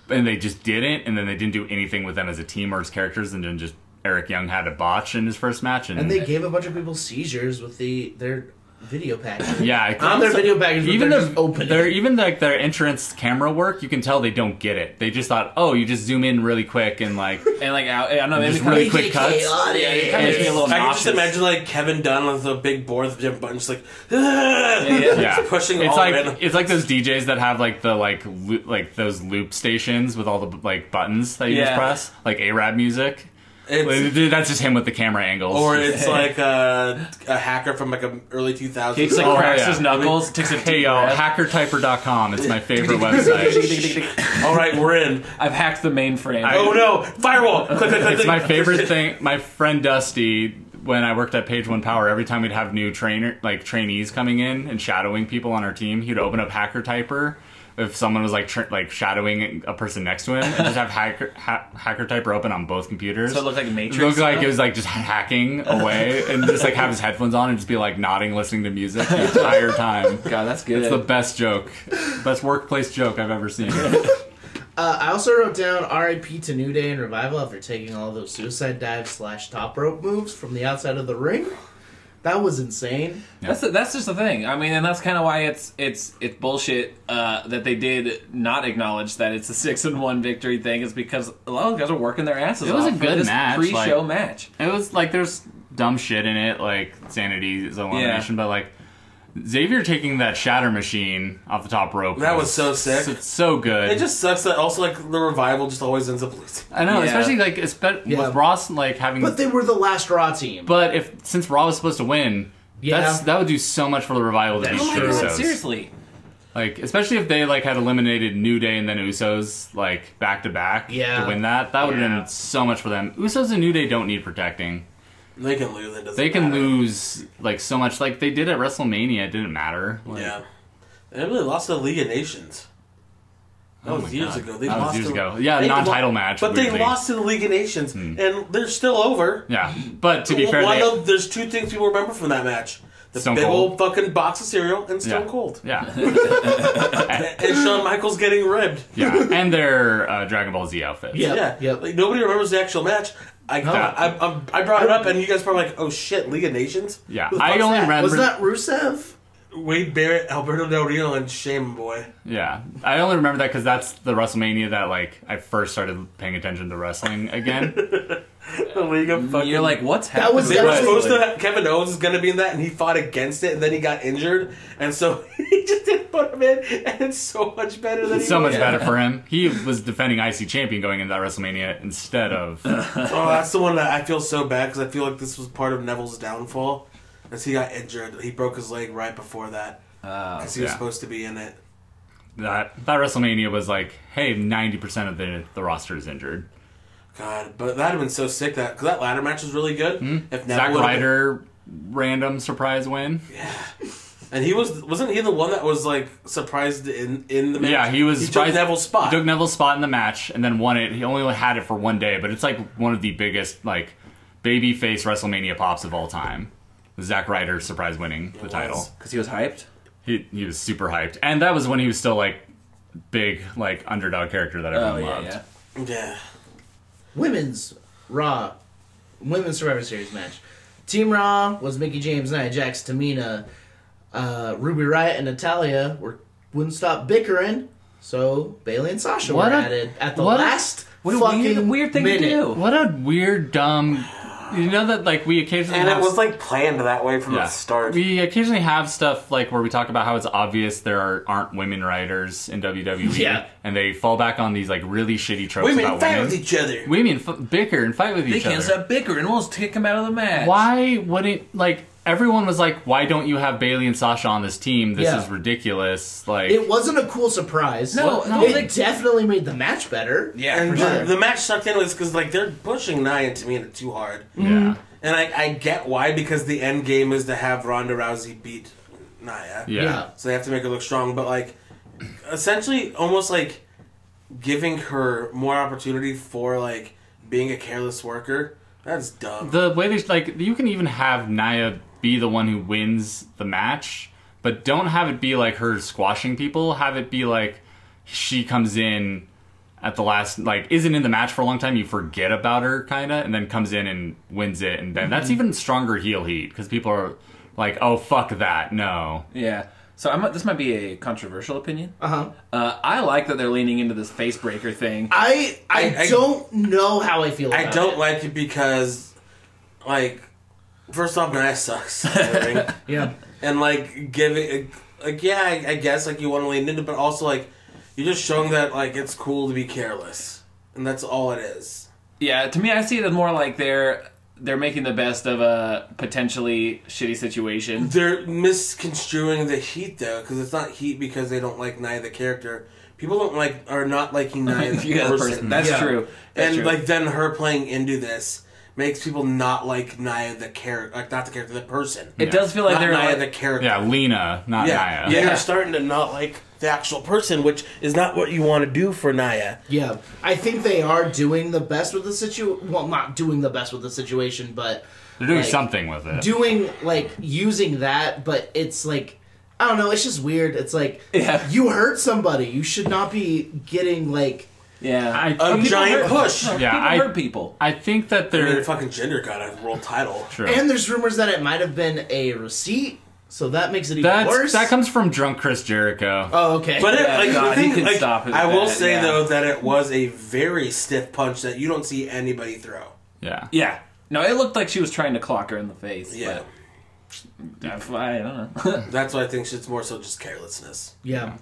Speaker 7: and they just didn't. And then they didn't do anything with them as a team or as characters. And then just Eric Young had a botch in his first match. And,
Speaker 3: And they gave a bunch of people seizures with the their video package.
Speaker 7: yeah, I-
Speaker 3: Not their video package, but
Speaker 7: even
Speaker 3: they're
Speaker 7: the
Speaker 3: just open.
Speaker 7: their even like their entrance camera work, you can tell they don't get it. They just thought, oh, you just zoom in really quick and like
Speaker 6: and like out. I don't know. Maybe
Speaker 7: Just
Speaker 6: kind
Speaker 7: really
Speaker 6: of,
Speaker 7: quick cuts.
Speaker 3: Chaotic.
Speaker 6: yeah, it kind of makes me a little
Speaker 5: I can
Speaker 6: nauseous.
Speaker 5: just imagine like Kevin Dunn with a big board with Jim Button, just like yeah,
Speaker 7: yeah,
Speaker 5: pushing
Speaker 7: It's
Speaker 5: all
Speaker 7: like
Speaker 5: random-
Speaker 7: it's like those DJs that have like the like loo- like those loop stations with all the like buttons that you
Speaker 6: Yeah.
Speaker 7: just press, like Arab music.
Speaker 5: It's,
Speaker 7: Dude, That's just him with the camera angles.
Speaker 5: or it's like a, a hacker from like an early 2000s.
Speaker 6: He just like
Speaker 7: Oh,
Speaker 6: cracks
Speaker 7: yeah.
Speaker 6: his knuckles, takes a deep
Speaker 7: hey yo,
Speaker 6: breath.
Speaker 7: hackertyper.com. It's my favorite website.
Speaker 5: all right, we're in.
Speaker 6: I've hacked the mainframe.
Speaker 7: I-
Speaker 5: Oh no, firewall! Click, click, click,
Speaker 7: It's
Speaker 5: click.
Speaker 7: my favorite thing. My friend Dusty, when I worked at Page One Power, every time we'd have new trainer like trainees coming in and shadowing people on our team, he'd open up Hacker Typer. If someone was like tr like shadowing a person next to him, and just have hacker ha- hacker typer open on both computers.
Speaker 6: So it looked like Matrix.
Speaker 7: It looked like it was like just hacking away, and just like have his headphones on and just be like nodding, listening to music the entire time.
Speaker 6: God, that's good.
Speaker 7: It's the best joke, best workplace joke I've ever seen.
Speaker 3: Uh, I also wrote down R.I.P. to New Day and Revival after taking all those suicide dives slash top rope moves from the outside of the ring. That was insane.
Speaker 6: That's the, that's just the thing. I mean, and that's kind of why it's it's it's bullshit uh, that they did not acknowledge that it's a six and one victory thing. Is because a lot of the guys are working their asses.
Speaker 7: It was
Speaker 6: off
Speaker 7: a
Speaker 6: for
Speaker 7: good
Speaker 6: this
Speaker 7: match,
Speaker 6: pre-show
Speaker 7: like-
Speaker 6: match.
Speaker 7: It was like there's dumb shit in it, like sanity is elimination, but like Xavier taking that shatter machine off the top rope.
Speaker 5: That was so sick.
Speaker 7: It's so good.
Speaker 5: It just sucks that also like the revival just always ends up losing.
Speaker 7: I know,
Speaker 6: Yeah.
Speaker 7: especially like espe-
Speaker 3: Yeah.
Speaker 7: with Ross like having.
Speaker 3: But
Speaker 7: But,
Speaker 3: they were the last Raw team.
Speaker 7: if since Raw was supposed to win,
Speaker 3: Yeah.
Speaker 7: that's that would do so much for the revival to
Speaker 3: That's
Speaker 7: be
Speaker 6: Oh my
Speaker 3: true.
Speaker 6: god!
Speaker 7: Usos.
Speaker 6: Seriously,
Speaker 7: Like especially if they like had eliminated New Day and then Usos like back to back
Speaker 3: Yeah.
Speaker 7: to win that, that would have
Speaker 6: Yeah.
Speaker 7: been so much for them. Usos and New Day don't need protecting.
Speaker 5: They can lose. It doesn't
Speaker 7: They can
Speaker 5: matter.
Speaker 7: lose like so much, like they did at WrestleMania. It didn't matter. Like,
Speaker 5: Yeah. They really lost to the League of Nations. That
Speaker 7: oh
Speaker 5: was
Speaker 7: my
Speaker 5: years
Speaker 7: God.
Speaker 5: ago. They
Speaker 7: that
Speaker 5: lost
Speaker 7: was years
Speaker 5: to,
Speaker 7: ago. Yeah,
Speaker 5: they
Speaker 7: non-title
Speaker 5: lo-
Speaker 7: match.
Speaker 5: But they
Speaker 7: weirdly.
Speaker 5: lost to the League of Nations, and they're still over.
Speaker 7: Yeah, but to be
Speaker 5: Well,
Speaker 7: fair,
Speaker 5: one
Speaker 7: they,
Speaker 5: of, there's two things people remember from that match: the
Speaker 7: Stone
Speaker 5: big
Speaker 7: Cold.
Speaker 5: old fucking box of cereal and Stone
Speaker 7: yeah,
Speaker 5: Cold,
Speaker 7: Yeah,
Speaker 5: and Shawn Michaels getting ribbed.
Speaker 7: yeah, and their uh, Dragon Ball Z outfits.
Speaker 3: Yeah.
Speaker 5: Yeah,
Speaker 3: Yep.
Speaker 5: Like nobody remembers the actual match. I, I, I, I brought it up, and you guys probably like, "Oh shit, League of Nations."
Speaker 7: yeah.
Speaker 5: Who the
Speaker 7: I
Speaker 5: fuck's
Speaker 7: only
Speaker 5: that?
Speaker 7: remember.
Speaker 3: Was that Rusev?
Speaker 5: Wade Barrett, Alberto Del Rio, and Shame Boy.
Speaker 7: Yeah, I only remember that because that's the WrestleMania that like I first started paying attention to wrestling again.
Speaker 5: The League of fucking.
Speaker 6: You're like, what's
Speaker 3: That
Speaker 6: happening?
Speaker 3: was-
Speaker 5: They were
Speaker 3: Right.
Speaker 5: supposed to. Have, Kevin Owens is going to be in that, and he fought against it, and then he got injured, and so he just didn't put him in, and it's so much better than he
Speaker 7: so much
Speaker 5: was.
Speaker 7: better for him. He was defending IC champion going into that WrestleMania instead of
Speaker 5: Oh, that's the one that I feel so bad because I feel like this was part of Neville's downfall, as he got injured. He broke his leg right before that
Speaker 6: Um,
Speaker 5: because he was
Speaker 7: Oh, yeah.
Speaker 5: supposed to be in it.
Speaker 7: that. That WrestleMania was like, hey, ninety percent of the the roster is injured.
Speaker 5: God, but that'd have been so sick that because that ladder match was really good. If Neville
Speaker 7: Hmm? Zack
Speaker 5: would've-
Speaker 7: Ryder random surprise win.
Speaker 5: and he was wasn't he the one that was like surprised in in the match?
Speaker 7: Yeah, he was.
Speaker 5: He took
Speaker 7: surprised-
Speaker 5: Neville's spot.
Speaker 7: Took Neville's spot in the match and then won it. He only had it for one day, but it's like one of the biggest like babyface WrestleMania pops of all time. Zack Ryder surprise winning the
Speaker 5: was.
Speaker 7: title.
Speaker 6: Because he was hyped.
Speaker 7: He he was super hyped, and that was when he was still like big like underdog character that everyone
Speaker 6: Oh, yeah,
Speaker 7: loved.
Speaker 6: yeah.
Speaker 5: yeah,
Speaker 3: Women's Raw, Women's Survivor Series match. Team Raw was Mickey James, Nia Jax, Tamina, uh, Ruby Riot, and Natalia. Were wouldn't stop bickering, so Bailey and Sasha
Speaker 7: What
Speaker 3: were
Speaker 7: a-
Speaker 3: at it at the
Speaker 7: what a-
Speaker 3: last
Speaker 6: What a
Speaker 3: fucking
Speaker 6: weird, weird thing
Speaker 3: minute.
Speaker 6: to do.
Speaker 7: What a weird dumb. You know that like we occasionally
Speaker 4: And it
Speaker 7: have
Speaker 4: was like planned that way from
Speaker 7: yeah.
Speaker 4: the start.
Speaker 7: We occasionally have stuff like where we talk about how it's obvious there are, aren't women writers in WWE,
Speaker 3: Yeah.
Speaker 7: and they fall back on these like really shitty tropes
Speaker 5: women
Speaker 7: about
Speaker 5: fight
Speaker 7: women.
Speaker 5: with each other.
Speaker 7: women f- bicker and fight with
Speaker 6: They
Speaker 7: each
Speaker 6: can't
Speaker 7: other.
Speaker 6: stop bickering. We'll just kick him out of the match.
Speaker 7: Why wouldn't like everyone was like, why don't you have Bailey and Sasha on this team? This
Speaker 3: Yeah.
Speaker 7: is ridiculous. Like
Speaker 3: It wasn't a cool surprise.
Speaker 6: No,
Speaker 3: it
Speaker 6: no, they-
Speaker 3: definitely made the match better.
Speaker 6: Yeah,
Speaker 5: And
Speaker 6: for
Speaker 5: the,
Speaker 6: sure.
Speaker 5: the match sucked in was because like they're pushing Nia and Tamina too hard,
Speaker 7: yeah,
Speaker 5: and I, I get why because the end game is to have Ronda Rousey beat Nia,
Speaker 7: yeah,
Speaker 3: Yeah.
Speaker 5: so they have to make her look strong. But like, essentially, almost like giving her more opportunity for like being a careless worker. That's dumb.
Speaker 7: The way they like, you can even have Naya be the one who wins the match, but don't have it be like her squashing people. Have it be like she comes in at the last, like isn't in the match for a long time. You forget about her kind of, and then comes in and wins it, and then that's even stronger heel heat because people are like, oh fuck that, no.
Speaker 6: Yeah. So I'm, this might be a controversial opinion. Uh-huh. I like that they're leaning into this face breaker thing.
Speaker 3: I, I
Speaker 5: I- I-
Speaker 3: don't know how I feel. About
Speaker 6: Uh,
Speaker 5: I don't
Speaker 3: it.
Speaker 5: like it because, like, first off, Nia sucks, in the ring.
Speaker 3: Yeah,
Speaker 5: and like giving, like, yeah, I, I guess like you want to lean into, but also like you're just showing that like it's cool to be careless, and that's all it is.
Speaker 6: Yeah, to me, I see it as more like they're they're making the best of a potentially shitty situation.
Speaker 5: They're misconstruing the heat though, because it's not heat because they don't like Nia the character. People don't like are not liking Nia the
Speaker 6: You as a
Speaker 5: person.
Speaker 6: person. That's
Speaker 3: Yeah.
Speaker 6: true. That's
Speaker 5: and
Speaker 6: true.
Speaker 5: like then her playing into this makes people not like Nia the character, like not the character, the person.
Speaker 6: it does feel like
Speaker 5: not
Speaker 6: they're
Speaker 5: Nia
Speaker 6: like,
Speaker 5: the character.
Speaker 7: Yeah, Lena, not
Speaker 5: Yeah,
Speaker 7: Naya.
Speaker 5: yeah,
Speaker 6: Yeah.
Speaker 5: you're starting to not like the actual person, which is not what you want to do for Naya.
Speaker 3: yeah. I think they are doing the best with the situation. Well, not doing the best with the situation, but
Speaker 7: They're doing
Speaker 3: like,
Speaker 7: something with it.
Speaker 3: doing like using that, but it's like I don't know. It's just weird. It's like
Speaker 6: Yeah.
Speaker 3: you hurt somebody. You should not be getting like
Speaker 6: yeah.
Speaker 7: I,
Speaker 5: A
Speaker 7: people-
Speaker 5: giant
Speaker 6: hurt-
Speaker 5: push.
Speaker 6: people
Speaker 7: Yeah, I-
Speaker 6: hurt people.
Speaker 7: I think that
Speaker 5: I mean,
Speaker 7: they're
Speaker 5: the fucking gender got a world title.
Speaker 7: true.
Speaker 3: And there's rumors that it might have been a receipt, so that makes it even
Speaker 7: That's,
Speaker 3: worse.
Speaker 7: That comes from drunk Chris Jericho.
Speaker 3: oh, okay.
Speaker 5: But it,
Speaker 6: Yeah,
Speaker 5: like,
Speaker 6: God,
Speaker 5: the
Speaker 6: he
Speaker 5: thing,
Speaker 6: could
Speaker 5: like,
Speaker 6: stop it
Speaker 5: I
Speaker 6: with
Speaker 5: will
Speaker 6: that,
Speaker 5: say
Speaker 6: yeah.
Speaker 5: though that it was a very stiff punch that you don't see anybody throw.
Speaker 7: yeah.
Speaker 6: Yeah. No, it looked like she was trying to clock her in the face.
Speaker 5: Yeah,
Speaker 6: But I, I don't know.
Speaker 5: that's why I think it's more so just carelessness.
Speaker 3: yeah,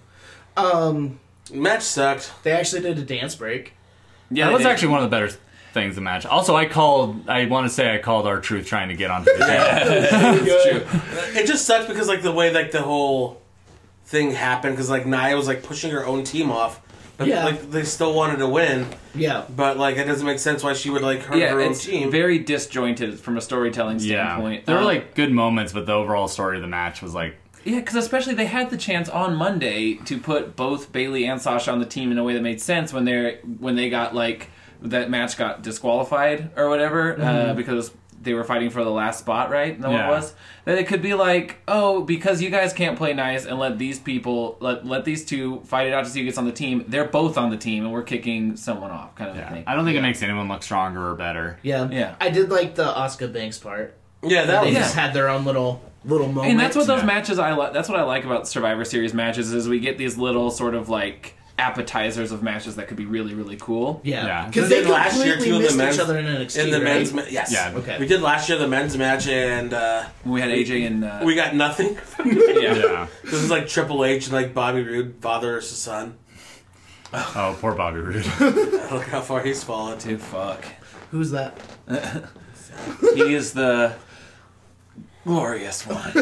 Speaker 5: Match sucked.
Speaker 3: they actually did a dance break.
Speaker 6: yeah,
Speaker 7: That was
Speaker 6: they-
Speaker 7: actually one of the better things to match. Also, I called. I want to say I called our truth trying to get onto the team.
Speaker 6: That's true.
Speaker 5: It just sucked because like the way like the whole thing happened because like Nia was like pushing her own team off, but
Speaker 3: Yeah.
Speaker 5: like they still wanted to win.
Speaker 3: Yeah.
Speaker 5: But like it doesn't make sense why she would like hurt
Speaker 6: Yeah,
Speaker 5: her own
Speaker 6: it's
Speaker 5: team.
Speaker 6: very disjointed from a storytelling
Speaker 7: Yeah,
Speaker 6: standpoint.
Speaker 7: there were
Speaker 6: Um,
Speaker 7: like good moments, but the overall story of the match was like
Speaker 6: Yeah, because especially they had the chance on Monday to put both Bailey and Sasha on the team in a way that made sense when they when they got like that match got disqualified or whatever uh, because they were fighting for the last spot, right? Is That what
Speaker 7: Mm-hmm. Yeah.
Speaker 6: it was that it could be like, oh, because you guys can't play nice and let these people let let these two fight it out to see who gets on the team. They're both on the team and we're kicking someone off, kind of a
Speaker 7: yeah.
Speaker 6: thing.
Speaker 7: I don't think it makes anyone look stronger or better.
Speaker 3: Yeah.
Speaker 6: Yeah.
Speaker 3: I did like the Oscar Banks part.
Speaker 5: Oh, yeah, that
Speaker 3: They
Speaker 5: was
Speaker 3: just had their own little little moment.
Speaker 6: and that's what those
Speaker 7: Yeah.
Speaker 6: matches I like. That's what I like about Survivor Series matches is we get these little sort of like appetizers of matches that could be really really cool.
Speaker 3: Yeah.
Speaker 7: Yeah.
Speaker 3: Because
Speaker 5: Didn't
Speaker 3: they
Speaker 5: they last year,
Speaker 3: completely
Speaker 5: too, in the
Speaker 3: missed
Speaker 5: men's-
Speaker 3: each other in NXT.
Speaker 5: in the
Speaker 3: right?
Speaker 5: men's ma- yes.
Speaker 7: Yeah.
Speaker 3: Okay.
Speaker 5: We did last year the men's match and uh,
Speaker 6: We had AJ and uh,
Speaker 5: we got nothing.
Speaker 6: yeah.
Speaker 7: Yeah.
Speaker 5: this is like Triple H and like Bobby Roode, father versus son.
Speaker 7: Oh, poor Bobby Roode.
Speaker 5: Look how far he's fallen to.
Speaker 6: Dude, Oh, fuck.
Speaker 3: Who's that?
Speaker 6: He is the glorious one.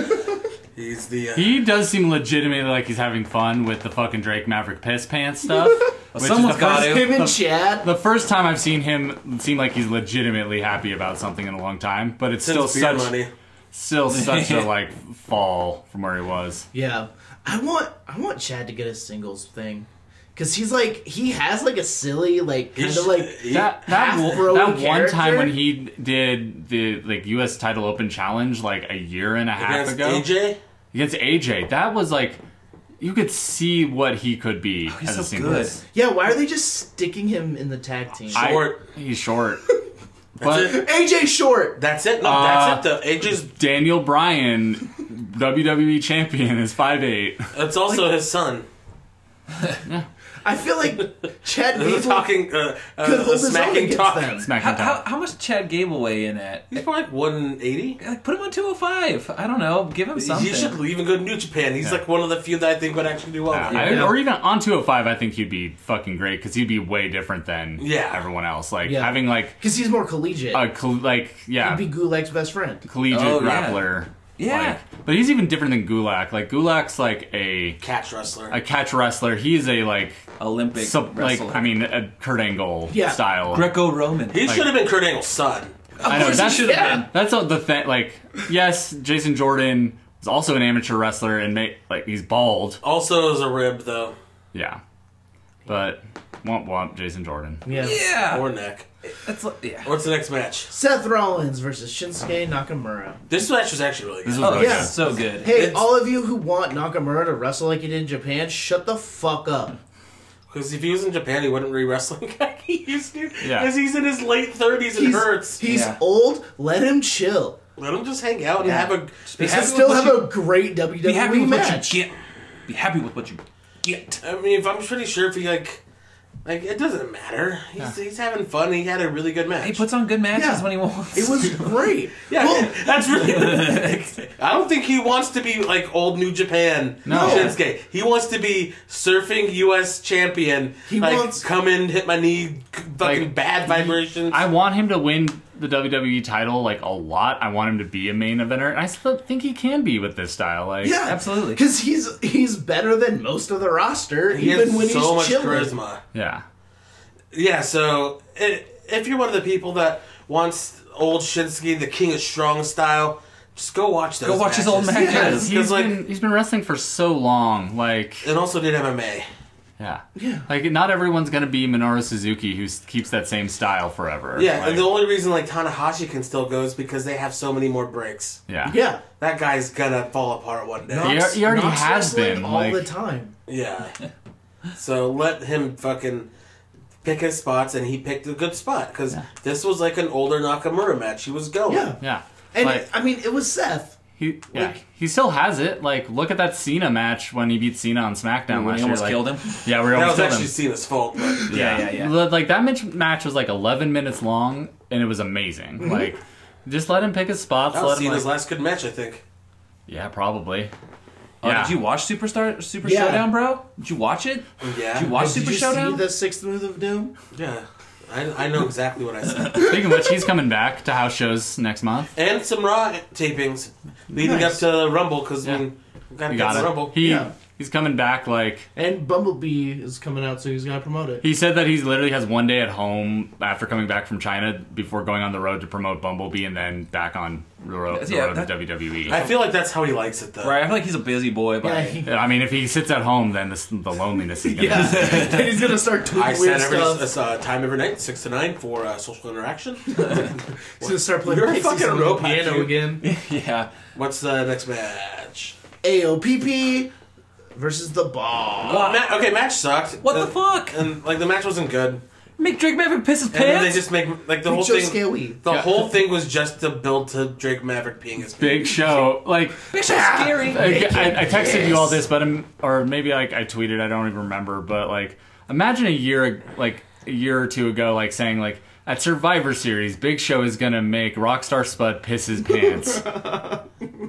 Speaker 5: He's the uh,
Speaker 7: He does seem legitimately like he's having fun with the fucking Drake Maverick piss pants stuff. which is
Speaker 6: someone's
Speaker 7: the
Speaker 6: got
Speaker 7: first-
Speaker 6: to.
Speaker 3: Him
Speaker 5: Oh.
Speaker 3: and
Speaker 7: the-
Speaker 3: Chad.
Speaker 7: The first time I've seen him seem like he's legitimately happy about something in a long time, but it's still
Speaker 5: since beer
Speaker 7: such
Speaker 5: money.
Speaker 7: still such a like fall from where he was.
Speaker 3: Yeah. I want I want Chad to get a singles thing. Cause he's like he has like a silly like
Speaker 5: He
Speaker 3: kind
Speaker 5: should-
Speaker 3: of like
Speaker 5: he-
Speaker 7: That that,
Speaker 3: half
Speaker 7: wo- that
Speaker 3: grown
Speaker 7: one time
Speaker 3: character?
Speaker 7: when he did the like U.S. title open challenge like a year and a half
Speaker 5: against
Speaker 7: ago
Speaker 5: AJ.
Speaker 7: against AJ, that was like you could see what he could be
Speaker 6: He's
Speaker 7: as
Speaker 6: so
Speaker 7: a singles.
Speaker 3: yeah. Why are they just sticking him in the tag team?
Speaker 7: I-
Speaker 5: Short.
Speaker 7: he's short,
Speaker 5: That's
Speaker 7: but
Speaker 5: it.
Speaker 3: AJ Short.
Speaker 5: That's it. No,
Speaker 7: Uh,
Speaker 5: that's it. The AJ's.
Speaker 7: Daniel Bryan, WWE champion, is 5'8".
Speaker 5: That's also his son.
Speaker 3: I feel like Chad
Speaker 5: This
Speaker 3: Gable
Speaker 5: is talking uh,
Speaker 3: could
Speaker 5: uh,
Speaker 3: hold
Speaker 5: a
Speaker 3: his own
Speaker 5: smacking
Speaker 3: against
Speaker 5: talk.
Speaker 3: them.
Speaker 7: Smack
Speaker 6: How,
Speaker 7: and
Speaker 6: how,
Speaker 7: tap.
Speaker 6: how much Chad Gable weigh in at?
Speaker 5: He's probably like one eighty.
Speaker 6: Like, put him on 205. I don't know. Give him something.
Speaker 5: He should even go to New Japan. He's like one of the few that I think would actually do well.
Speaker 7: I- or even on 205, I think he'd be fucking great because he'd be way different than
Speaker 5: Yeah.
Speaker 7: everyone else. Like
Speaker 3: Yeah.
Speaker 7: having like
Speaker 3: because he's more collegiate.
Speaker 5: Oh,
Speaker 7: a col- like yeah
Speaker 3: He'd be Gulak's best friend.
Speaker 7: collegiate
Speaker 6: Oh, yeah.
Speaker 7: grappler.
Speaker 6: Yeah.
Speaker 7: like- but he's even different than Gulak. Like Gulak's like a
Speaker 5: catch wrestler.
Speaker 7: a catch wrestler. He's a like
Speaker 6: Olympic
Speaker 7: sub, like
Speaker 6: wrestler.
Speaker 7: I mean a Kurt Angle
Speaker 3: Yeah.
Speaker 7: style.
Speaker 6: Greco-Roman.
Speaker 5: he
Speaker 7: like-
Speaker 5: should have been Kurt Angle's son.
Speaker 7: I know
Speaker 6: course he
Speaker 7: that
Speaker 6: should've
Speaker 3: Yeah.
Speaker 6: been.
Speaker 7: That's not the thing. Like, yes, Jason Jordan is also an amateur wrestler, and ma- like he's bald.
Speaker 5: Also is a rib though,
Speaker 7: Yeah, but womp womp, Jason Jordan.
Speaker 3: Yeah.
Speaker 6: Yeah.
Speaker 7: Ah.
Speaker 5: or neck.
Speaker 6: That's like, yeah.
Speaker 5: What's the next match?
Speaker 3: Seth Rollins versus Shinsuke Nakamura.
Speaker 5: This match was actually really
Speaker 7: This
Speaker 5: good.
Speaker 7: was
Speaker 6: Oh,
Speaker 7: really
Speaker 3: yeah.
Speaker 6: yeah. So good.
Speaker 3: Hey,
Speaker 5: It's-
Speaker 3: all of you who want Nakamura to wrestle like he did in Japan, shut the fuck up.
Speaker 5: Because if he was in Japan, he wouldn't re wrestling like he used to.
Speaker 7: Yeah.
Speaker 5: Because he's in his late thirties and
Speaker 3: He's,
Speaker 5: hurts.
Speaker 3: he's
Speaker 6: Yeah.
Speaker 3: old. Let him chill.
Speaker 5: Let him just hang out and have a.
Speaker 6: be
Speaker 3: He
Speaker 6: happy
Speaker 3: still
Speaker 6: with
Speaker 3: have
Speaker 6: what
Speaker 3: a great
Speaker 6: you, be happy
Speaker 3: WWE
Speaker 6: with
Speaker 3: match.
Speaker 6: what you get. Be happy with what you get.
Speaker 5: I mean, if I'm pretty sure if he like, like it doesn't matter. He's, he's having fun. He had a really good match.
Speaker 6: He puts on good matches
Speaker 3: Yeah.
Speaker 6: when he wants.
Speaker 3: It was great.
Speaker 5: yeah,
Speaker 3: Well,
Speaker 5: that's really. I don't think he wants to be like old New Japan
Speaker 7: No.
Speaker 5: Shinsuke. He wants to be surfing U.S. champion.
Speaker 3: He
Speaker 5: like,
Speaker 3: wants-
Speaker 5: come in, hit my knee, c- fucking
Speaker 7: Like,
Speaker 5: bad vibrations.
Speaker 7: I want him to win the WWE title like a lot. I want him to be a main eventer, and I still think he can be with this style. Like,
Speaker 3: yeah,
Speaker 6: Absolutely.
Speaker 3: Because he's he's better than most of the roster,
Speaker 5: he
Speaker 3: even
Speaker 5: has
Speaker 3: when
Speaker 5: so
Speaker 3: he's
Speaker 5: much
Speaker 3: chilling.
Speaker 5: charisma.
Speaker 7: yeah,
Speaker 5: Yeah, so i if you're one of the people that wants old Shinsuke, the King of Strong style, just go watch those.
Speaker 6: Go watch his old
Speaker 5: matches.
Speaker 6: matches.
Speaker 7: He's
Speaker 5: 'cause, like-
Speaker 7: been he's been wrestling for so long. Like,
Speaker 5: And also did MMA.
Speaker 7: yeah,
Speaker 3: Yeah.
Speaker 7: Like, not everyone's gonna be Minoru Suzuki, who s- keeps that same style forever.
Speaker 5: Yeah,
Speaker 7: Like,
Speaker 5: and the only reason like Tanahashi can still go is because they have so many more breaks.
Speaker 7: yeah,
Speaker 3: Yeah,
Speaker 5: That guy's gonna fall apart one day.
Speaker 7: He, he already
Speaker 3: Knox
Speaker 7: has
Speaker 3: wrestling
Speaker 7: been.
Speaker 3: all
Speaker 7: like,
Speaker 3: the time.
Speaker 5: Yeah. so let him fucking pick his spots, and he picked a good spot because this was like an older Nakamura match. He was going.
Speaker 3: Yeah,
Speaker 7: Yeah.
Speaker 3: and
Speaker 7: like,
Speaker 3: it- I mean it was Seth.
Speaker 7: he, yeah,
Speaker 5: like-
Speaker 7: he still has it. Like, look at that Cena match when he beat Cena on SmackDown
Speaker 6: When
Speaker 7: last
Speaker 6: he
Speaker 7: year.
Speaker 6: almost
Speaker 7: like-
Speaker 6: killed him.
Speaker 7: Yeah, we
Speaker 5: That was
Speaker 7: almost killed
Speaker 5: actually
Speaker 7: him.
Speaker 5: Cena's fault, but
Speaker 6: Yeah, yeah, yeah.
Speaker 7: Li- Like that match, match was like 11 minutes long, and it was amazing. Like, just let him pick his spots.
Speaker 5: Mm-hmm. that was
Speaker 7: let him,
Speaker 5: Cena's
Speaker 7: like-
Speaker 5: last good match, I think.
Speaker 7: yeah, probably.
Speaker 6: Oh,
Speaker 7: yeah.
Speaker 6: did you watch Superstar Super
Speaker 3: Yeah.
Speaker 6: Showdown, bro? Did you watch it?
Speaker 5: Yeah.
Speaker 6: Did you watch
Speaker 3: Did
Speaker 6: Super
Speaker 3: you see
Speaker 6: Showdown?
Speaker 3: the sixth move of doom?
Speaker 5: Yeah, I, I know exactly what I said.
Speaker 7: Speaking of which, he's coming back to house shows next month.
Speaker 5: and some Raw tapings leading
Speaker 7: Nice.
Speaker 5: up to Rumble because when we gotta
Speaker 7: You
Speaker 5: get
Speaker 7: got
Speaker 5: to
Speaker 7: it.
Speaker 5: Rumble.
Speaker 7: He
Speaker 3: Yeah.
Speaker 7: he's coming back like
Speaker 3: And Bumblebee is coming out, so he's gonna promote it.
Speaker 7: He said that he literally has one day at home after coming back from China before going on the road to promote Bumblebee and then back on the road, the
Speaker 6: Yeah,
Speaker 7: road
Speaker 6: that-
Speaker 7: to E. WWE.
Speaker 5: I feel like that's how he likes it though.
Speaker 6: Right, I feel like he's a busy boy, but
Speaker 3: Yeah, he,
Speaker 7: I mean, if he sits at home, then this, the loneliness is gonna.
Speaker 3: yeah. he's gonna start tweeting
Speaker 5: I
Speaker 3: weird
Speaker 5: set every
Speaker 3: stuff.
Speaker 5: s- uh, time every night, six to nine, for uh, social interaction.
Speaker 3: he's gonna start playing
Speaker 5: You're a
Speaker 3: Pixies
Speaker 5: fucking
Speaker 3: on the
Speaker 5: robot,
Speaker 3: piano
Speaker 5: you-
Speaker 3: again.
Speaker 6: yeah.
Speaker 5: What's the next match?
Speaker 3: AOPP versus the Ball.
Speaker 5: Well, Uh, ma- okay, match sucked.
Speaker 6: What
Speaker 5: Uh,
Speaker 6: the fuck?
Speaker 5: And like the match wasn't good.
Speaker 6: Make Drake Maverick piss his
Speaker 5: And then they
Speaker 6: pants.
Speaker 5: just make like the whole
Speaker 3: Joe
Speaker 5: thing.
Speaker 3: Scaley.
Speaker 5: The whole thing was just to build to Drake Maverick peeing his
Speaker 7: Big show, like
Speaker 6: Big Show's scary.
Speaker 7: I, I, I texted you all this, but i or maybe like I tweeted, I don't even remember. But like, imagine a year, like a year or two ago, like saying like at Survivor Series, Big Show is gonna make Rockstar Spud piss his pants.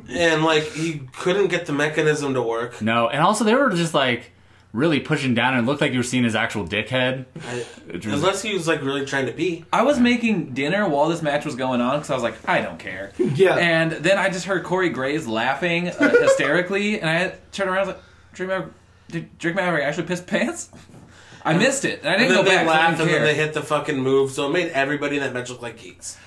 Speaker 5: and like he couldn't get the mechanism to work.
Speaker 7: no, and also they were just like really pushing down, and it looked like you were seeing his actual dickhead.
Speaker 5: I-
Speaker 7: It was-
Speaker 5: unless he was like really trying to pee.
Speaker 6: I was making dinner while this match was going on because I was like, I don't care.
Speaker 3: Yeah.
Speaker 6: And then I just heard Corey Graves laughing uh, hysterically, and I turned around and was like, Drake Maverick, did Drake Maverick actually piss pants? I missed it, and I
Speaker 5: And
Speaker 6: didn't
Speaker 5: then
Speaker 6: go
Speaker 5: they
Speaker 6: back. 'cause I
Speaker 5: laughed
Speaker 6: didn't
Speaker 5: and then
Speaker 6: care.
Speaker 5: they hit the fucking move, so it made everybody in that match look like geeks.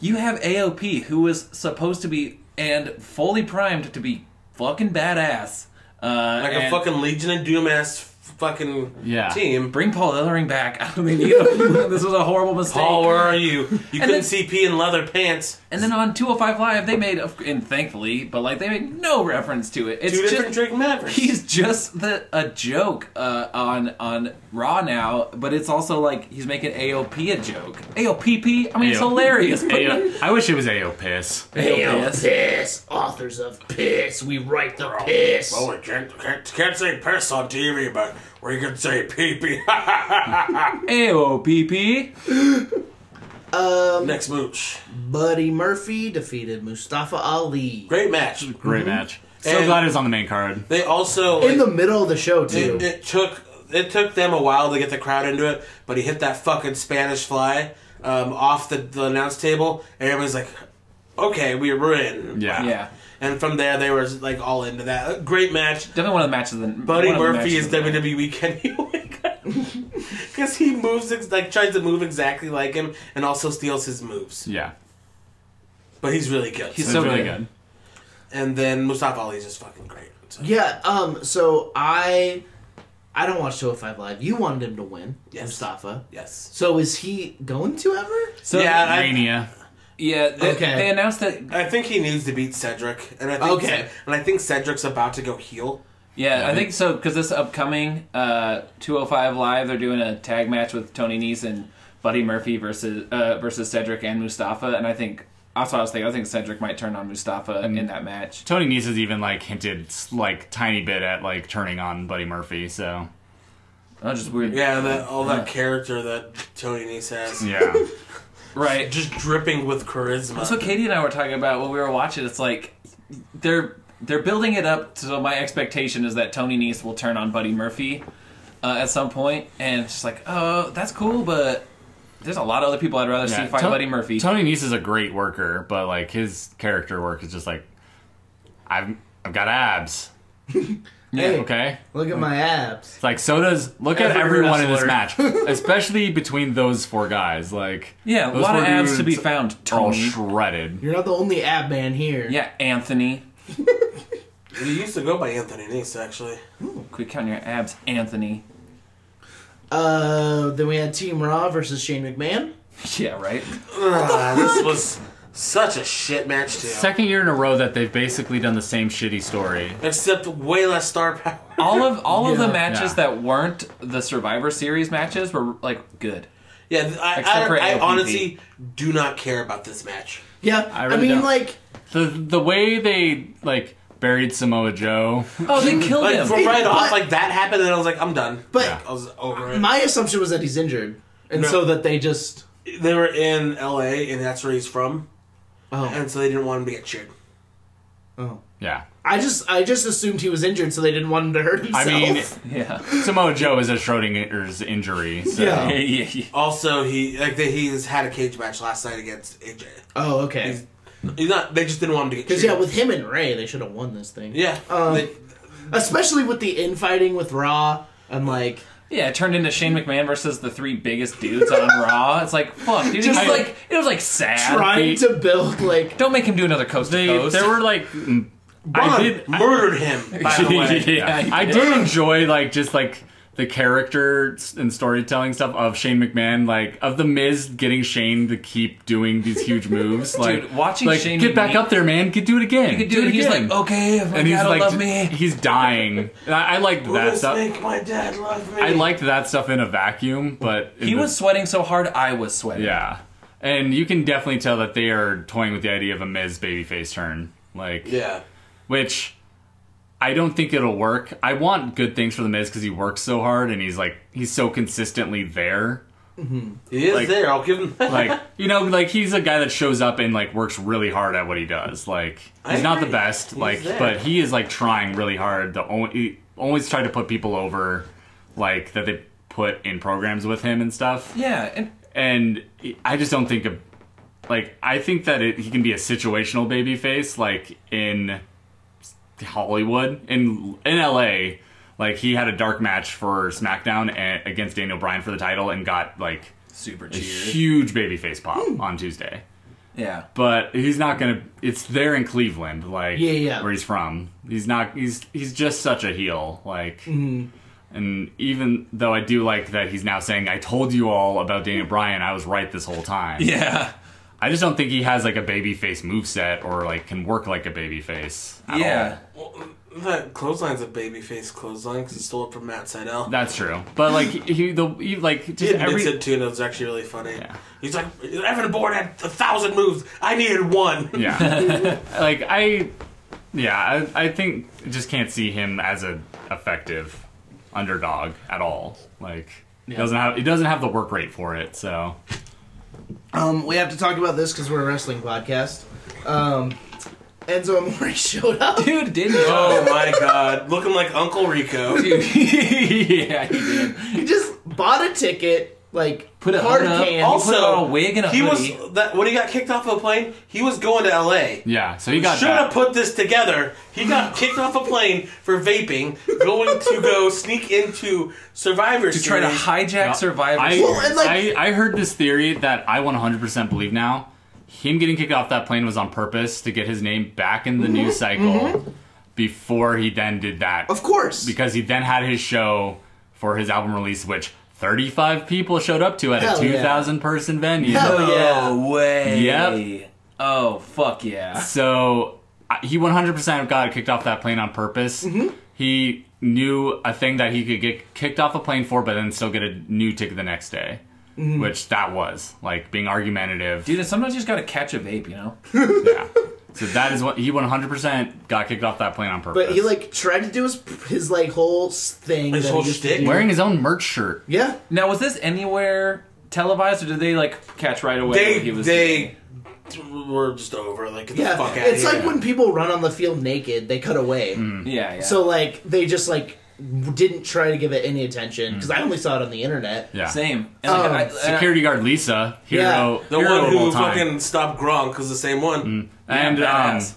Speaker 6: You have AOP, who was supposed to be and fully primed to be fucking badass. Uh,
Speaker 5: Like a
Speaker 6: and
Speaker 5: fucking Legion of Doom ass fucking
Speaker 7: Yeah.
Speaker 5: team.
Speaker 6: Bring Paul Ellering back. I don't think you. this was a horrible mistake.
Speaker 5: Paul, where are you? You couldn't
Speaker 6: then-
Speaker 5: see pee in leather pants.
Speaker 6: And then on 205 Live, they made, and thankfully, but like they made no reference to it. It's
Speaker 5: Two
Speaker 6: just,
Speaker 5: different Drake Mavericks.
Speaker 6: He's just the a joke uh, on on Raw now, but it's also like he's making AOP a joke. AOPP. I mean, it's
Speaker 7: AOP.
Speaker 6: hilarious. But
Speaker 7: Ayo, I wish it was AO piss.
Speaker 6: AOPS.
Speaker 3: piss. Authors of piss. We write the piss.
Speaker 5: Oh, we can't, can't, can't say piss on TV, but we can say pee pee.
Speaker 6: AOPP.
Speaker 5: Next mooch.
Speaker 3: Buddy Murphy defeated Mustafa Ali
Speaker 5: Great match.
Speaker 7: Great
Speaker 6: Mm-hmm.
Speaker 7: match. So
Speaker 5: And-
Speaker 7: glad it was on the main card.
Speaker 5: They also
Speaker 3: in the middle of the show too.
Speaker 5: it, it took it took them a while to get the crowd into it, but he hit that fucking Spanish fly um, off the, the announce table, and everybody's like, "Okay, we were in."
Speaker 7: Yeah.
Speaker 6: Yeah,
Speaker 5: And from there, they were like all into that. Great match.
Speaker 6: definitely one of the matches. Of the,
Speaker 5: Buddy
Speaker 6: one of the
Speaker 5: Murphy
Speaker 6: matches
Speaker 5: is E.
Speaker 6: of the night.
Speaker 5: WWE Kenny Omega because he moves ex- like tries to move exactly like him, and also steals his moves.
Speaker 7: Yeah.
Speaker 5: But he's really good.
Speaker 6: He's
Speaker 7: It was
Speaker 6: so
Speaker 7: really
Speaker 6: good.
Speaker 7: good.
Speaker 5: and then Mustafa Ali's just fucking great. So,
Speaker 3: Yeah, um, so I I don't watch 205 Live. You wanted him to win,
Speaker 5: Yes.
Speaker 3: Mustafa.
Speaker 5: yes.
Speaker 3: So is he going to ever?
Speaker 6: So
Speaker 5: Yeah, I-
Speaker 7: Mania.
Speaker 6: yeah. They,
Speaker 3: Okay.
Speaker 6: they announced that.
Speaker 5: I think he needs to beat Cedric, and I think
Speaker 3: Okay.
Speaker 5: and I think Cedric's about to go heel.
Speaker 6: Yeah, I think so because this upcoming uh, 205 Live, they're doing a tag match with Tony Nese and Buddy Murphy versus uh, versus Cedric and Mustafa, and I think that's what I was thinking. I think Cedric might turn on Mustafa
Speaker 5: Mm.
Speaker 6: in that match.
Speaker 7: Tony Nese has even like hinted s- like tiny bit at like turning on Buddy Murphy. So
Speaker 6: That was just weird.
Speaker 5: Yeah, that all that character that Tony Nese has,
Speaker 7: yeah,
Speaker 6: Right.
Speaker 5: just dripping with charisma.
Speaker 6: That's what Katie and I were talking about when we were watching. It's like they're they're building it up. So my expectation is that Tony Nese will turn on Buddy Murphy uh, at some point, and it's just like, oh, that's cool, but there's a lot of other people I'd rather
Speaker 7: yeah.
Speaker 6: see fight
Speaker 7: Ton-
Speaker 6: Buddy Murphy.
Speaker 7: Tony Nese is a great worker, but like his character work is just like I've I've got abs.
Speaker 3: Hey,
Speaker 7: Okay,
Speaker 3: look at my abs.
Speaker 7: it's like so does look at
Speaker 5: Every
Speaker 7: everyone in this
Speaker 5: wrestler.
Speaker 7: match, especially between those four guys. Like
Speaker 6: yeah, a
Speaker 7: those
Speaker 6: lot of
Speaker 7: four
Speaker 6: abs to be
Speaker 7: dudes
Speaker 6: found.
Speaker 7: are all
Speaker 6: Tony.
Speaker 7: shredded.
Speaker 3: You're not the only ab man here.
Speaker 6: Yeah, Anthony.
Speaker 5: he used to go by Anthony Nese actually.
Speaker 6: Quit counting your abs, Anthony.
Speaker 3: Uh, then we had Team Raw versus Shane McMahon.
Speaker 6: Yeah, right.
Speaker 5: Ah, this was such a shit match too,
Speaker 7: Second year in a row that they've basically done the same shitty story.
Speaker 5: except way less star power.
Speaker 6: All of all of the
Speaker 3: Yeah.
Speaker 6: matches
Speaker 7: Yeah.
Speaker 6: that weren't the Survivor Series matches were like good.
Speaker 5: Yeah, th- I,
Speaker 6: Except for
Speaker 5: I, I
Speaker 6: LPP.
Speaker 5: honestly do not care about this match.
Speaker 3: Yeah,
Speaker 7: I
Speaker 3: I,
Speaker 7: really
Speaker 3: mean,
Speaker 7: don't.
Speaker 3: like,
Speaker 7: The the way they like buried Samoa Joe.
Speaker 6: Oh, they killed
Speaker 5: Like
Speaker 6: him.
Speaker 5: from right off,
Speaker 3: But-
Speaker 5: like that happened, and I was like, I'm done.
Speaker 3: but
Speaker 7: Yeah.
Speaker 5: I was over it.
Speaker 3: my assumption was that he's injured, and
Speaker 5: No.
Speaker 3: so that they just
Speaker 5: they were in L.A. and that's where he's from,
Speaker 3: oh
Speaker 5: and so they didn't want him to get cheered.
Speaker 3: oh.
Speaker 7: Yeah.
Speaker 3: I just I just assumed he was injured, so they didn't want him to hurt
Speaker 7: I
Speaker 3: himself.
Speaker 7: mean,
Speaker 6: yeah.
Speaker 7: Samoa Joe is a Schrodinger's injury. So.
Speaker 3: Yeah.
Speaker 6: yeah.
Speaker 5: Also, he like they, he's had a cage match last night against AJ.
Speaker 3: oh okay,
Speaker 5: He's not. They just didn't want him to get
Speaker 3: because
Speaker 5: cheered.
Speaker 3: yeah, with him and Ray, they should have won this thing.
Speaker 5: Yeah.
Speaker 3: Um,
Speaker 5: they,
Speaker 3: especially with the infighting with Raw and like
Speaker 6: Yeah, it turned into Shane McMahon versus the three biggest dudes on Raw. It's like fuck, dude. Just
Speaker 3: Just,
Speaker 6: like
Speaker 3: like,
Speaker 6: it was like sad.
Speaker 3: trying to build like
Speaker 6: Don't make him do another coast
Speaker 7: They,
Speaker 6: to coast.
Speaker 7: there were like, I
Speaker 5: Bond
Speaker 7: did,
Speaker 5: murdered him. By the way,
Speaker 7: yeah.
Speaker 6: he
Speaker 7: I
Speaker 6: did.
Speaker 7: did enjoy like just like the character s- and storytelling stuff of Shane McMahon, like of the Miz getting Shane to keep doing these huge moves, like
Speaker 6: watching
Speaker 7: like,
Speaker 6: Shane
Speaker 7: get back
Speaker 6: McMahon-
Speaker 7: up there, man, get do it again,
Speaker 6: Dude, he's
Speaker 7: again.
Speaker 6: like, okay, if my
Speaker 7: and he's
Speaker 6: dad will
Speaker 7: like,
Speaker 6: love me.
Speaker 7: he's dying. And I, I liked that
Speaker 5: Let's
Speaker 7: stuff.
Speaker 5: make my dad love me.
Speaker 7: I liked that stuff in a vacuum, but in
Speaker 6: He
Speaker 7: the-
Speaker 6: was sweating so hard, I was sweating.
Speaker 7: yeah, and you can definitely tell that they are toying with the idea of a Miz babyface turn, like
Speaker 5: Yeah.
Speaker 7: which I don't think it'll work. I want good things for the Miz because he works so hard and he's like he's so consistently there.
Speaker 5: He is
Speaker 7: Like-
Speaker 5: there. I'll give him that.
Speaker 7: Like you know, like he's a guy that shows up and like works really hard at what he does. Like
Speaker 5: I
Speaker 7: he's not the
Speaker 5: agree.
Speaker 7: best,
Speaker 5: He's
Speaker 7: like
Speaker 5: there.
Speaker 7: but he is like trying really hard. The only he always try to put people over, like that they put in programs with him and stuff.
Speaker 6: Yeah, and
Speaker 7: and I just don't think of like I think that it, he can be a situational baby face like in Hollywood in in LA like he had a dark match for SmackDown and, against Daniel Bryan for the title and got like
Speaker 6: super
Speaker 7: a
Speaker 6: cheered.
Speaker 7: huge baby face pop on Tuesday
Speaker 6: Yeah.
Speaker 7: but he's not gonna it's there in Cleveland like
Speaker 3: Yeah, yeah.
Speaker 7: where he's from he's not he's he's just such a heel like
Speaker 3: Mm-hmm.
Speaker 7: and even though I do like that he's now saying, I told you all about Daniel Bryan, I was right this whole time.
Speaker 6: Yeah.
Speaker 7: I just don't think he has like a babyface moveset or like can work like a babyface. at
Speaker 6: Yeah.
Speaker 5: Well, that clothesline's a babyface clothesline because it stole it from Matt Seidel.
Speaker 7: all. That's true. But like he the he, like just
Speaker 5: He admits
Speaker 7: every
Speaker 5: it too, and it was actually really funny. He's like, Evan Bourne had a thousand moves. I needed one.
Speaker 7: Yeah. like I yeah, I, I think I just can't see him as an effective underdog at all. Like he doesn't have he doesn't have the work rate for it, so
Speaker 3: Um, we have to talk about this because we're a wrestling podcast. Um, Enzo Amore showed up.
Speaker 6: Dude, did he?
Speaker 5: Oh my god, looking like Uncle Rico.
Speaker 6: Dude. yeah, he did.
Speaker 3: He just bought a ticket, like
Speaker 6: Put a
Speaker 3: hard
Speaker 6: hood up.
Speaker 3: can.
Speaker 6: Also- put on a wig and a
Speaker 5: he
Speaker 6: hoodie.
Speaker 5: was that when he got kicked off a plane. He was going to L.A.
Speaker 7: yeah, so he got
Speaker 5: Should
Speaker 7: that.
Speaker 5: have put this together. He got kicked off a plane for vaping, going to go sneak into Survivor
Speaker 6: To try to hijack Survivor.
Speaker 7: I,
Speaker 6: Series.
Speaker 3: and, like-
Speaker 7: I, I heard this theory that I 100% believe now. Him getting kicked off that plane was on purpose to get his name back in the
Speaker 3: Mm-hmm.
Speaker 7: news cycle before he then did that.
Speaker 3: of course.
Speaker 7: Because he then had his show for his album release, which 35 people showed up to at
Speaker 3: Hell
Speaker 7: a
Speaker 3: yeah.
Speaker 7: 2,000 person venue.
Speaker 3: Hell
Speaker 6: No
Speaker 3: yeah.
Speaker 6: way.
Speaker 7: Yep.
Speaker 6: Oh fuck yeah.
Speaker 7: So I- he 100% got kicked off that plane on purpose. He knew a thing that he could get kicked off a plane for, but then still get a new ticket the next day. Which that was like being argumentative.
Speaker 6: Dude, sometimes you just gotta catch a vape, you know?
Speaker 7: Yeah. So that is what he 100% got kicked off that plane on purpose.
Speaker 3: But he like tried to do his his like whole thing.
Speaker 5: His
Speaker 3: that he
Speaker 5: whole
Speaker 3: used to
Speaker 5: shtick?
Speaker 3: do.
Speaker 7: wearing his own merch shirt.
Speaker 3: Yeah.
Speaker 6: Now was this anywhere televised or did they like catch right away
Speaker 5: They
Speaker 6: what he was
Speaker 5: they
Speaker 6: doing?
Speaker 5: were just over like get the
Speaker 3: Yeah.
Speaker 5: fuck out
Speaker 3: it's
Speaker 5: here.
Speaker 3: like when people run on the field naked, they cut away.
Speaker 7: Hmm.
Speaker 6: Yeah, yeah.
Speaker 3: So like they just like w- didn't try to give it any attention because I only saw it on the internet.
Speaker 7: Hmm. Yeah.
Speaker 6: same. And like,
Speaker 3: Um,
Speaker 6: I- I-
Speaker 7: Security guard Lisa, hero,
Speaker 3: Yeah.
Speaker 5: the
Speaker 7: hero
Speaker 5: one
Speaker 7: of
Speaker 5: who
Speaker 7: all time.
Speaker 5: fucking stopped Gronk was the same one.
Speaker 7: and um,
Speaker 6: badass.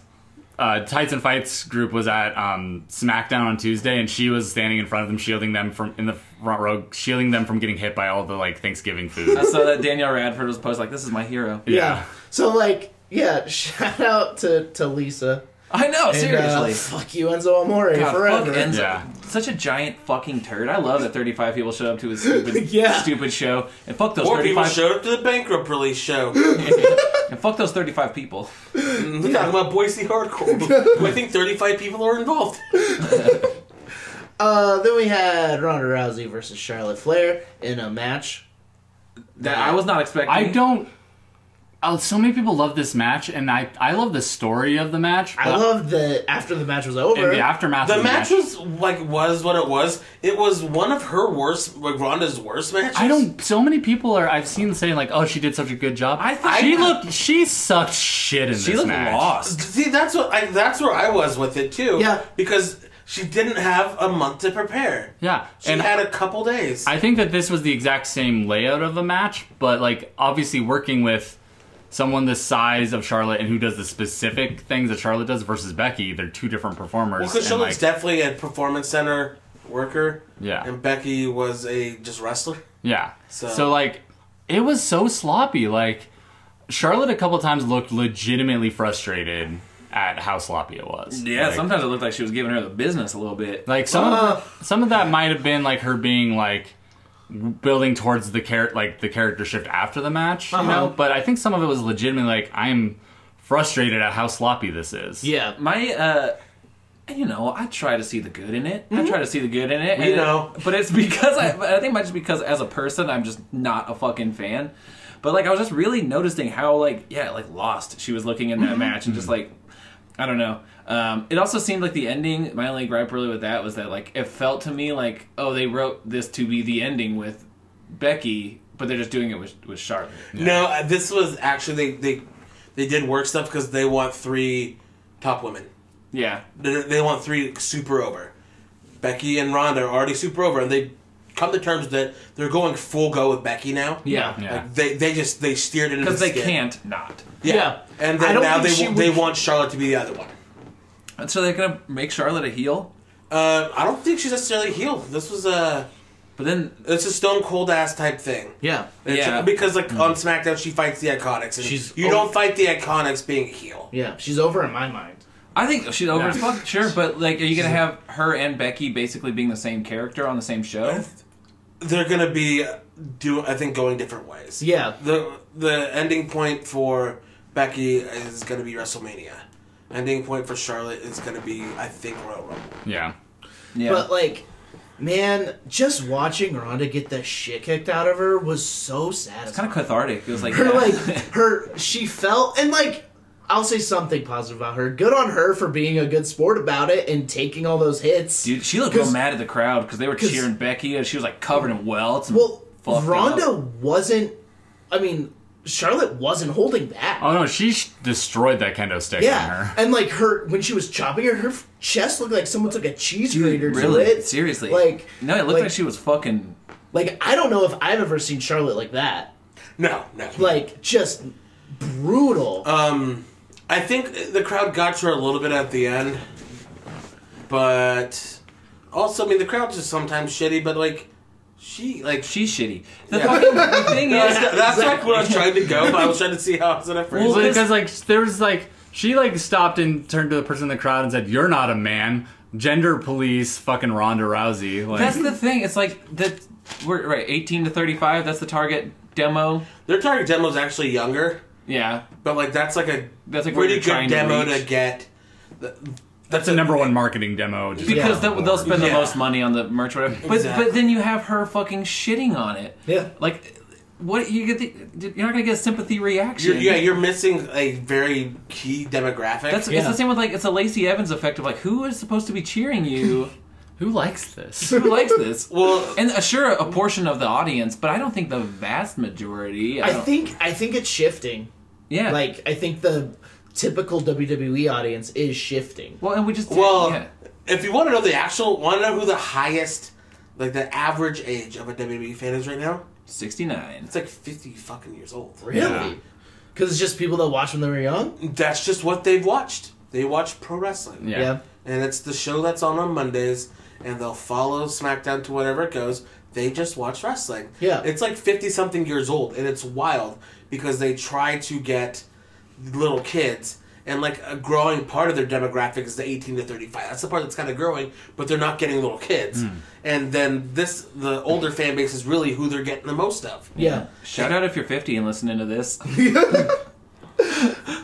Speaker 7: uh, Tights and Fights group was at um, SmackDown on Tuesday, and she was standing in front of them, shielding them from in the front row, shielding them from getting hit by all the like Thanksgiving food.
Speaker 6: I saw that Danielle Radford was posed like, "This is my hero."
Speaker 7: Yeah.
Speaker 3: So like yeah, shout out to to Lisa.
Speaker 6: I know,
Speaker 3: And, uh,
Speaker 6: seriously.
Speaker 3: fuck you, Enzo Amore,
Speaker 6: God,
Speaker 3: forever.
Speaker 6: fuck Enzo.
Speaker 7: Yeah.
Speaker 6: Such a giant fucking turd. I love that 35 people showed up to his stupid,
Speaker 3: Yeah.
Speaker 6: stupid show, and fuck those
Speaker 5: Or people
Speaker 6: 35.
Speaker 5: showed up to the bankrupt release show. We're
Speaker 6: and fuck those 35 people.
Speaker 5: talking about Boise hardcore. I think 35 people are involved.
Speaker 3: Uh, then we had Ronda Rousey versus Charlotte Flair in a match.
Speaker 6: That I was not expecting.
Speaker 7: I don't. Oh, so many people love this match, and I I love the story of the match.
Speaker 3: I
Speaker 7: but-
Speaker 3: love the after the match was
Speaker 7: in
Speaker 3: over.
Speaker 7: the aftermath. of
Speaker 5: The
Speaker 7: the
Speaker 5: match was like was what it was. It was one of her worst, like Ronda's worst matches.
Speaker 7: I don't. So many people are. I've seen saying like, "Oh, she did such a good job." I
Speaker 6: thought-
Speaker 7: she
Speaker 6: I-
Speaker 7: looked. She sucked shit in
Speaker 6: She
Speaker 7: this
Speaker 6: looked
Speaker 7: match.
Speaker 6: lost.
Speaker 5: See, that's what I. That's where I was with it too.
Speaker 3: Yeah.
Speaker 5: because she didn't have a month to prepare.
Speaker 7: Yeah,
Speaker 5: She
Speaker 7: and
Speaker 5: had a couple days.
Speaker 7: I think that this was the exact same layout of a match, but like obviously working with someone the size of Charlotte and who does the specific things that Charlotte does versus Becky, they're two different performers.
Speaker 5: Well, because
Speaker 7: and,
Speaker 5: Charlotte's
Speaker 7: like,
Speaker 5: definitely a performance center worker.
Speaker 7: Yeah.
Speaker 5: And Becky was a just wrestler.
Speaker 7: yeah.
Speaker 5: So-
Speaker 7: So. like, it was so sloppy. Like, Charlotte a couple times looked legitimately frustrated at how sloppy it was.
Speaker 6: Yeah,
Speaker 7: Like,
Speaker 6: sometimes it looked like she was giving her the business a little bit.
Speaker 7: Like some of, some of that might have been like her being like building towards the char- like the character shift after the match, you know. But I think some of it was legitimately like I'm frustrated at how sloppy this is.
Speaker 3: Yeah,
Speaker 6: My, uh, you know, I try to see the good in it. I try to see the good in it.
Speaker 5: Mm-hmm. We
Speaker 6: and it-
Speaker 5: know.
Speaker 6: but it's because I, I think might just because as a person, I'm just not a fucking fan. But like, I was just really noticing how like, yeah, like lost she was looking in
Speaker 5: Mm-hmm.
Speaker 6: that match, and just like, I don't know. Um, it also seemed like the ending. My only gripe really with that was that like it felt to me like, oh, they wrote this to be the ending with Becky, but they're just doing it with with Charlotte.
Speaker 5: No, uh, this was actually they they, they did work stuff because they want three top women.
Speaker 6: Yeah,
Speaker 5: They, they want three super over. Becky and Ronda are already super over, and they come to terms that they're going full go with Becky now.
Speaker 6: yeah,
Speaker 7: Yeah.
Speaker 5: Like they, they just they steered it into
Speaker 6: because
Speaker 5: the
Speaker 6: they
Speaker 5: skit.
Speaker 6: can't not.
Speaker 5: Yeah.
Speaker 3: Yeah.
Speaker 5: And
Speaker 3: I
Speaker 5: then
Speaker 3: don't
Speaker 5: now
Speaker 3: think
Speaker 5: they
Speaker 3: she
Speaker 5: wa- they
Speaker 3: would-
Speaker 5: want Charlotte to be the other one.
Speaker 6: And so they're gonna make Charlotte a heel,
Speaker 5: Uh, I don't think she's necessarily healed. This was a
Speaker 6: but then
Speaker 5: it's a stone cold ass type thing.
Speaker 3: yeah.
Speaker 5: It's-
Speaker 6: Yeah.
Speaker 5: because like on SmackDown she fights the Iconics. And
Speaker 3: She's-
Speaker 5: you
Speaker 3: oh.
Speaker 5: don't fight the Iconics being a heel.
Speaker 3: Yeah, she's over in my mind.
Speaker 6: I think she's over
Speaker 7: Yeah.
Speaker 6: as fuck, sure. But like, are you gonna have her and Becky basically being the same character on the same show?
Speaker 5: They're gonna be do I think going different ways.
Speaker 3: Yeah.
Speaker 5: The the ending point for Becky is gonna be WrestleMania. Ending point for Charlotte is gonna be I think Royal Rumble.
Speaker 7: Yeah.
Speaker 6: Yeah,
Speaker 3: But like, man, just watching Ronda get the shit kicked out of her was so
Speaker 6: kind of
Speaker 3: satisfying.
Speaker 6: cathartic. It was like,
Speaker 3: Her
Speaker 6: yeah.
Speaker 3: like her she felt and like I'll say something positive about her. Good on her for being a good sport about it and taking all those hits.
Speaker 6: dude, she looked real
Speaker 3: 'cause-
Speaker 6: mad at the crowd because they were
Speaker 3: 'cause-
Speaker 6: cheering Becky, and she was like covered in welts. And
Speaker 3: Well,
Speaker 6: fucked
Speaker 3: Ronda
Speaker 6: up.
Speaker 3: wasn't. I mean, Charlotte wasn't holding back.
Speaker 7: Oh no, she sh- destroyed that kendo stick on
Speaker 3: yeah,
Speaker 7: her.
Speaker 3: and like her when she was chopping her, her chest looked like someone took a cheese grater
Speaker 6: really,
Speaker 3: to it.
Speaker 6: seriously,
Speaker 3: like
Speaker 6: no, it looked like, she was fucking.
Speaker 3: Like I don't know if I've ever seen Charlotte like that.
Speaker 5: No, no.
Speaker 3: Like just brutal.
Speaker 6: Oh.
Speaker 5: Um, I think the crowd got her a little bit at the end, but also, I mean, the crowd's just sometimes shitty. But like, she like she.
Speaker 6: She's shitty. The
Speaker 5: Yeah.
Speaker 6: fucking thing is,
Speaker 5: That's, that's like what I was trying to go, but I was trying to see how I was gonna phrase
Speaker 7: Well,
Speaker 5: it.
Speaker 7: because like there was like she like stopped and turned to the person in the crowd and said, "You're not a man." Gender police, fucking Ronda Rousey. Like,
Speaker 6: that's the thing. It's like that. We're right, eighteen to thirty-five. That's the target demo.
Speaker 5: Their target demo is actually younger,
Speaker 6: Yeah,
Speaker 5: but like that's like a
Speaker 6: That's, like, what
Speaker 5: pretty
Speaker 6: you're
Speaker 5: good
Speaker 6: trying to
Speaker 5: demo to,
Speaker 6: reach.
Speaker 5: get. Th- That's
Speaker 7: the number one marketing demo. Just
Speaker 6: because
Speaker 7: across the
Speaker 6: they'll, they'll
Speaker 7: board.
Speaker 6: spend the
Speaker 5: Yeah.
Speaker 6: most money on the merch, or whatever. But
Speaker 5: Exactly.
Speaker 6: but then you have her fucking shitting on it.
Speaker 3: Yeah.
Speaker 6: like what you get? The, you're not gonna get a sympathy reaction.
Speaker 5: You're, yeah, you're missing a very key demographic.
Speaker 6: That's it's
Speaker 3: Yeah.
Speaker 6: the same with like it's a Lacey Evans effect of like who is supposed to be cheering you?
Speaker 7: Who likes this?
Speaker 6: who likes this?
Speaker 5: well,
Speaker 6: And uh, sure, a portion of the audience, but I don't think the vast majority. I,
Speaker 3: I
Speaker 6: don't-
Speaker 3: think I think it's shifting.
Speaker 6: yeah.
Speaker 3: Like I think the typical WWE audience is shifting.
Speaker 6: well, and we just
Speaker 5: Well,
Speaker 6: yeah.
Speaker 5: if you want to know the actual, want to know who the highest, like the average age of a WWE fan is right now?
Speaker 6: sixty nine.
Speaker 5: It's like fifty fucking years old.
Speaker 7: Yeah.
Speaker 3: Really? Because it's just people that watch when they were young.
Speaker 5: That's just what they've watched. They watch pro wrestling,
Speaker 7: Yeah.
Speaker 5: and it's the show that's on on Mondays, and they'll follow SmackDown to whatever it goes. They just watch wrestling.
Speaker 3: Yeah.
Speaker 5: it's like fifty something years old, and it's wild because they try to get little kids. And like a growing part of their demographic is the eighteen to thirty five. That's the part that's kind of growing, but they're not getting little kids. And then this, the older fan base is really who they're getting the most of.
Speaker 3: Yeah.
Speaker 6: Shout out if you're fifty and listening to this.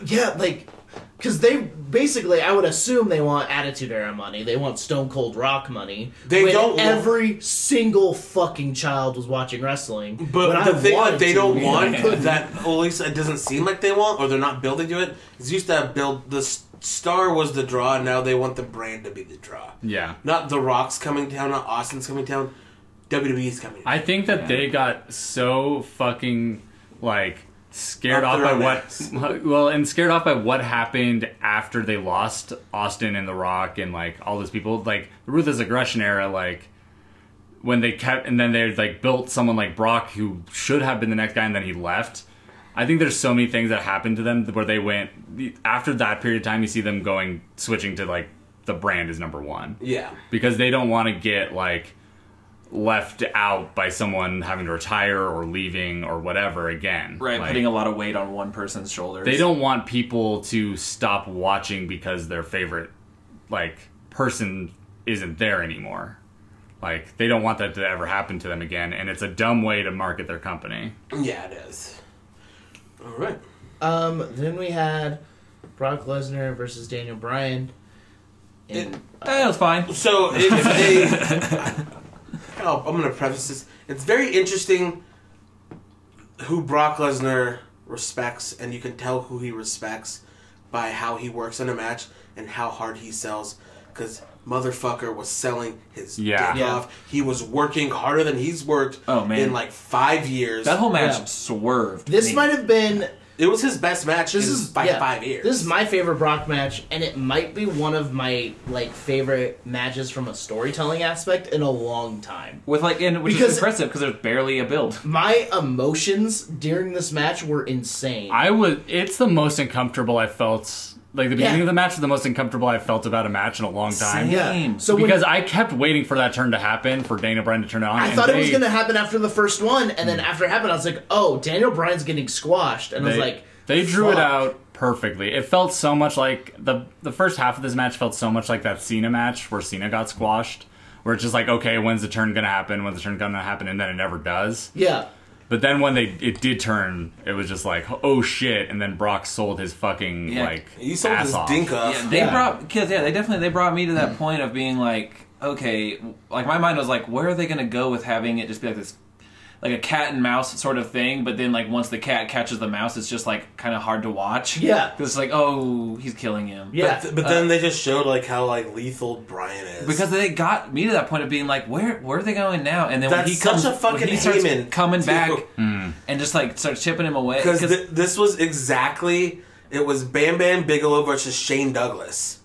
Speaker 3: Yeah, like, because they basically, I would assume they want Attitude Era money. They want Stone Cold Rock money.
Speaker 5: They
Speaker 3: when
Speaker 5: don't want-
Speaker 3: Every single fucking child was watching wrestling.
Speaker 5: But
Speaker 3: when
Speaker 5: the
Speaker 3: I
Speaker 5: thing that
Speaker 3: wanted
Speaker 5: they
Speaker 3: to,
Speaker 5: don't
Speaker 3: we
Speaker 5: want
Speaker 3: couldn't.
Speaker 5: that at least it doesn't seem like they want, or they're not building to it. Is used to build the s- star was the draw, and now they want the brand to be the draw.
Speaker 7: Yeah.
Speaker 5: Not the Rock's coming down, not Austin's coming down, WWE's coming. Down.
Speaker 7: I think that they got so fucking like scared
Speaker 5: Up
Speaker 7: off
Speaker 5: their
Speaker 7: by
Speaker 5: own
Speaker 7: what
Speaker 5: ass.
Speaker 7: well and scared off by what happened after they lost Austin and The Rock and like all those people like the Ruthless Aggression era like when they kept and then they like built someone like Brock who should have been the next guy and then he left. I think there's so many things that happened to them where they went after that period of time. You see them going switching to like the brand is number one
Speaker 5: Yeah.
Speaker 7: because they don't want to get like left out by someone having to retire or leaving or whatever again.
Speaker 6: Right,
Speaker 7: Like,
Speaker 6: putting a lot of weight on one person's shoulders.
Speaker 7: they don't want people to stop watching because their favorite like person isn't there anymore. Like they don't want that to ever happen to them again, and it's a dumb way to market their company.
Speaker 5: Yeah, it is. All right.
Speaker 3: Um, then we had Brock Lesnar versus Daniel Bryan. And
Speaker 6: Eh, it was fine.
Speaker 5: So if they, oh, I'm gonna preface this. It's very interesting who Brock Lesnar respects, and you can tell who he respects by how he works in a match and how hard he sells. Because motherfucker was selling his
Speaker 7: Yeah.
Speaker 5: dick
Speaker 3: Yeah.
Speaker 5: off. He was working harder than he's worked
Speaker 6: Oh, man.
Speaker 5: in like five years.
Speaker 6: That whole match
Speaker 3: Yeah.
Speaker 6: swerved.
Speaker 3: this
Speaker 6: me.
Speaker 3: might have been
Speaker 5: it was his best match.
Speaker 3: this is
Speaker 5: by
Speaker 3: yeah,
Speaker 5: five years.
Speaker 3: This is my favorite Brock match, and it might be one of my like favorite matches from a storytelling aspect in a long time.
Speaker 6: with like and which
Speaker 3: Because-
Speaker 6: is impressive because there's barely a build.
Speaker 3: My emotions during this match were insane.
Speaker 7: I was. It's the most uncomfortable I felt. Like the beginning
Speaker 3: Yeah.
Speaker 7: of the match was the most uncomfortable I felt about a match in a long time.
Speaker 3: yeah.
Speaker 6: Same.
Speaker 3: So when
Speaker 7: Because I kept waiting for that turn to happen for Dana Bryan to turn it on.
Speaker 3: I
Speaker 7: and
Speaker 3: thought it was
Speaker 7: they-
Speaker 3: going to happen after the first one, and then after it happened, I was like, "Oh, Daniel Bryan's getting squashed," and I was
Speaker 7: Hmm. They,
Speaker 3: like,
Speaker 7: they drew it
Speaker 3: fuck.
Speaker 7: out perfectly. It felt so much like the the first half of this match felt so much like that Cena match where Cena got squashed, where it's just like, okay, when's the turn gonna happen? When's the turn gonna happen? And then it never does.
Speaker 3: "Yeah,
Speaker 7: But then when they it did turn, it was just like, oh shit! And then Brock sold his fucking
Speaker 6: Yeah.
Speaker 7: like
Speaker 5: he sold
Speaker 7: ass
Speaker 5: his
Speaker 7: off.
Speaker 5: dink off.
Speaker 6: Yeah, they
Speaker 3: Yeah.
Speaker 6: brought kids. Yeah, they definitely they brought me to that point of being like, okay, like my mind was like, where are they going to go with having it just be like this, like a cat and mouse sort of thing? But then like once the cat catches the mouse, it's just like kind of hard to watch.
Speaker 3: Yeah.
Speaker 6: 'Cause it's like oh he's killing him.
Speaker 3: yeah."
Speaker 5: But, but then they just showed like how like lethal Brian is.
Speaker 6: Because they got me to that point of being like, where where are they going now? And then when
Speaker 5: That's
Speaker 6: he
Speaker 5: such
Speaker 6: comes,
Speaker 5: a fucking
Speaker 6: when he starts
Speaker 5: Heyman,
Speaker 6: coming back
Speaker 5: too.
Speaker 6: and just like starts chipping him away.
Speaker 5: Because
Speaker 6: 'cause-
Speaker 5: th- this was exactly it was Bam Bam Bigelow versus Shane Douglas.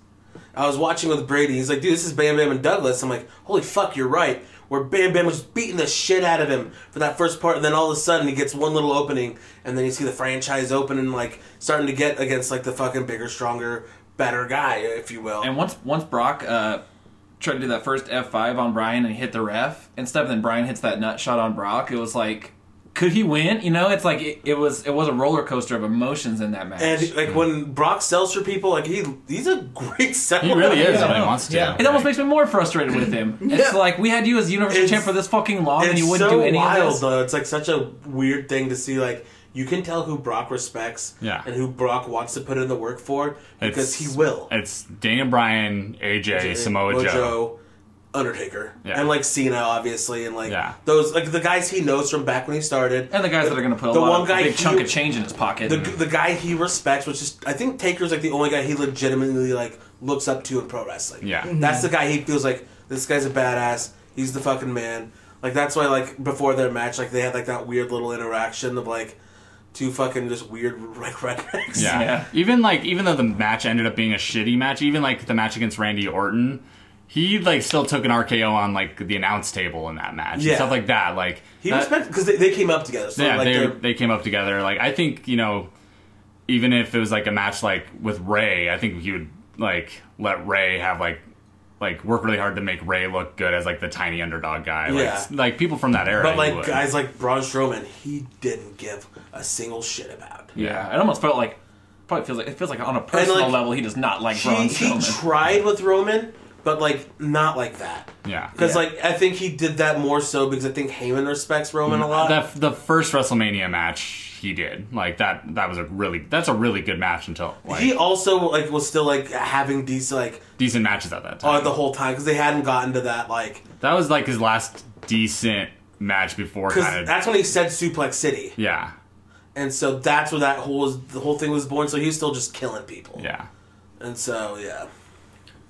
Speaker 5: I was watching with Brady. He's like, dude, this is Bam Bam and Douglas. I'm like, holy fuck, you're right. Where Bam Bam was beating the shit out of him for that first part, and then all of a sudden he gets one little opening, and then you see the franchise open and like starting to get against like the fucking bigger, stronger, better guy, if you will.
Speaker 6: And once once Brock uh, tried to do that first F five on Brian and he hit the ref and stuff, and then Brian hits that nut shot on Brock. It was like, could he win? You know, it's like it, it was it was a roller coaster of emotions in that match.
Speaker 5: And like when Brock sells for people, like he he's a great seller.
Speaker 7: He really is
Speaker 3: Yeah.
Speaker 7: when he wants to.
Speaker 3: Yeah.
Speaker 6: it almost makes me more frustrated with him. It's like we had you as universal
Speaker 5: It's-
Speaker 6: champ for this fucking long, and
Speaker 5: it's
Speaker 6: you wouldn't
Speaker 5: so
Speaker 6: do any
Speaker 5: wild
Speaker 6: of this.
Speaker 5: though. It's like such a weird thing to see. Like you can tell who Brock respects
Speaker 7: Yeah.
Speaker 5: and who Brock wants to put in the work for because
Speaker 7: It's-
Speaker 5: he will.
Speaker 7: It's Dana Bryan, AJ, Samoa
Speaker 5: Mojo,
Speaker 7: Joe.
Speaker 5: Undertaker,
Speaker 7: Yeah.
Speaker 5: and like Cena, obviously, and like
Speaker 7: Yeah.
Speaker 5: those like the guys he knows from back when he started,
Speaker 6: And the guys that are going to put a
Speaker 5: the
Speaker 6: lot
Speaker 5: one
Speaker 6: of
Speaker 5: guy
Speaker 6: a big chunk
Speaker 5: who-
Speaker 6: of change in his pocket.
Speaker 5: the, the guy he respects, which is I think Taker's like the only guy he legitimately like looks up to in pro wrestling.
Speaker 7: Yeah.
Speaker 3: Mm-hmm.
Speaker 5: Mm-hmm. that's the guy he feels like this guy's a badass. He's the fucking man. Like that's why like before their match, like they had like that weird little interaction of like two fucking just weird like rednecks.
Speaker 7: Yeah.
Speaker 6: Yeah.
Speaker 7: Even like even though the match ended up being a shitty match, even like the match against Randy Orton, he like still took an RKO on like the announce table in that match
Speaker 5: Yeah.
Speaker 7: and stuff like that. Like
Speaker 5: He
Speaker 7: that-
Speaker 5: respects because they, they came up together. So
Speaker 7: yeah,
Speaker 5: like
Speaker 7: they
Speaker 5: they're
Speaker 7: they came up together. Like I think you know, even if it was like a match like with Ray, I think he would like let Ray have like like work really hard to make Ray look good as like the tiny underdog guy. Like,
Speaker 5: Yeah.
Speaker 7: s- like people from that era.
Speaker 5: but
Speaker 7: he
Speaker 5: like
Speaker 7: would.
Speaker 5: guys like Braun Strowman, he didn't give a single shit about.
Speaker 6: yeah, it almost felt like probably feels like it feels like on a personal level he does not like
Speaker 5: He,
Speaker 6: Braun
Speaker 5: he
Speaker 6: Strowman.
Speaker 5: tried with Roman, but like not like that.
Speaker 7: yeah.
Speaker 5: Because
Speaker 6: Yeah.
Speaker 5: like I think he did that more so because I think Heyman respects Roman a lot.
Speaker 7: That the first WrestleMania match he did like that. That was a really that's a really good match until like
Speaker 5: he also like was still like having decent like
Speaker 7: decent matches at that
Speaker 5: uh,
Speaker 7: time.
Speaker 5: the whole time because they hadn't gotten to that like
Speaker 7: that was like his last decent match before kind
Speaker 5: because
Speaker 7: of
Speaker 5: that's when he said Suplex City,
Speaker 7: yeah
Speaker 5: and so that's where that whole was, the whole thing was born. So he was still just killing people,
Speaker 7: yeah.
Speaker 5: and so yeah,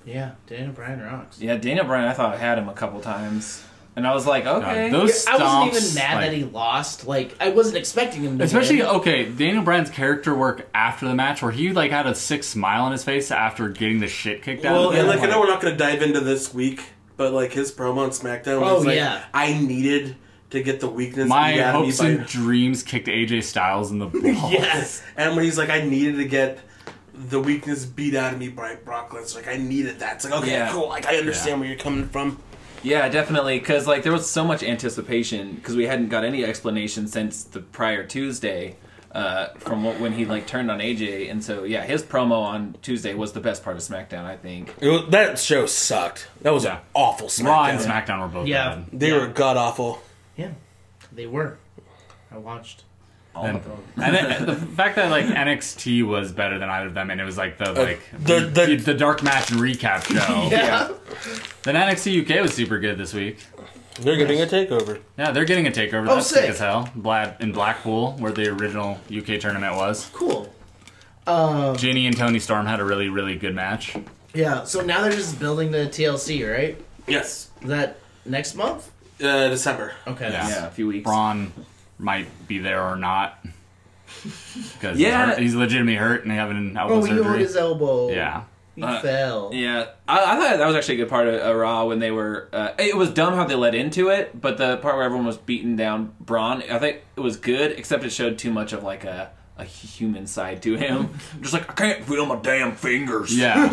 Speaker 3: yeah, Daniel Bryan rocks.
Speaker 6: yeah, Dana Bryan, I thought I had him a couple times, and I was like, okay,
Speaker 7: Uh, those
Speaker 3: I wasn't
Speaker 7: stomps,
Speaker 3: even mad
Speaker 7: like-
Speaker 3: that he lost. Like I wasn't expecting him to.
Speaker 7: Especially
Speaker 3: win.
Speaker 7: okay, Daniel Bryan's character work after the match, where he like had a sick smile on his face after getting the shit kicked out.
Speaker 5: Well,
Speaker 7: of him.
Speaker 5: and like I know
Speaker 7: like,
Speaker 5: we're not gonna dive into this week, but like his promo on SmackDown,
Speaker 3: Oh,
Speaker 5: was like,
Speaker 3: yeah.
Speaker 5: I needed to get the weakness.
Speaker 7: My
Speaker 5: he had me
Speaker 7: hopes
Speaker 5: by-
Speaker 7: and dreams kicked AJ Styles in the balls.
Speaker 5: Yes. And when he's like, I needed to get the weakness beat out of me by Brock Lesnar. Like, I needed that. It's like, okay,
Speaker 6: Yeah.
Speaker 5: cool. Like, I understand where you're coming from.
Speaker 6: Yeah, definitely. Because like there was so much anticipation because we hadn't got any explanation since the prior Tuesday uh, from what, when he like turned on AJ, and so yeah, his promo on Tuesday was the best part of SmackDown, I think.
Speaker 5: It was- that show sucked. That was
Speaker 7: Yeah.
Speaker 5: an awful
Speaker 7: Raw and
Speaker 5: SmackDown.
Speaker 7: SmackDown were both
Speaker 3: Yeah.
Speaker 7: bad.
Speaker 5: They were god awful.
Speaker 3: Yeah, they were. I watched.
Speaker 6: All of them.
Speaker 7: And then, the fact that like NXT was better than either of them, and it was like the like
Speaker 5: the- the-
Speaker 7: the, the dark match and recap show.
Speaker 6: Yeah.
Speaker 7: Then NXT UK was super good this week.
Speaker 5: They're getting a takeover.
Speaker 7: Yeah, they're getting a takeover.
Speaker 3: Oh,
Speaker 7: That's sick
Speaker 3: sick.
Speaker 7: as hell. Blad in Blackpool, where the original UK tournament was.
Speaker 3: Cool.
Speaker 7: Ginny and Tony Storm had a really really good match.
Speaker 3: Yeah. So now they're just building the TLC, right?
Speaker 5: Yes.
Speaker 3: Is that next month?
Speaker 5: Uh, December.
Speaker 3: Okay.
Speaker 7: Yeah.
Speaker 6: Yeah, a few weeks.
Speaker 7: Braun might be there or not. Because
Speaker 6: Yeah.
Speaker 7: he's, legitimately hurt and having elbow
Speaker 3: Oh, he hurt
Speaker 7: surgery.
Speaker 3: his elbow.
Speaker 7: Yeah.
Speaker 3: He
Speaker 6: Uh,
Speaker 3: fell.
Speaker 6: Yeah, I, I thought that was actually a good part of uh, Raw when they were. Uh, it was dumb how they led into it, but the part where everyone was beating down Braun, I think it was good, except it showed too much of like a, a human side to him. Just like I can't feel my damn fingers.
Speaker 7: Yeah.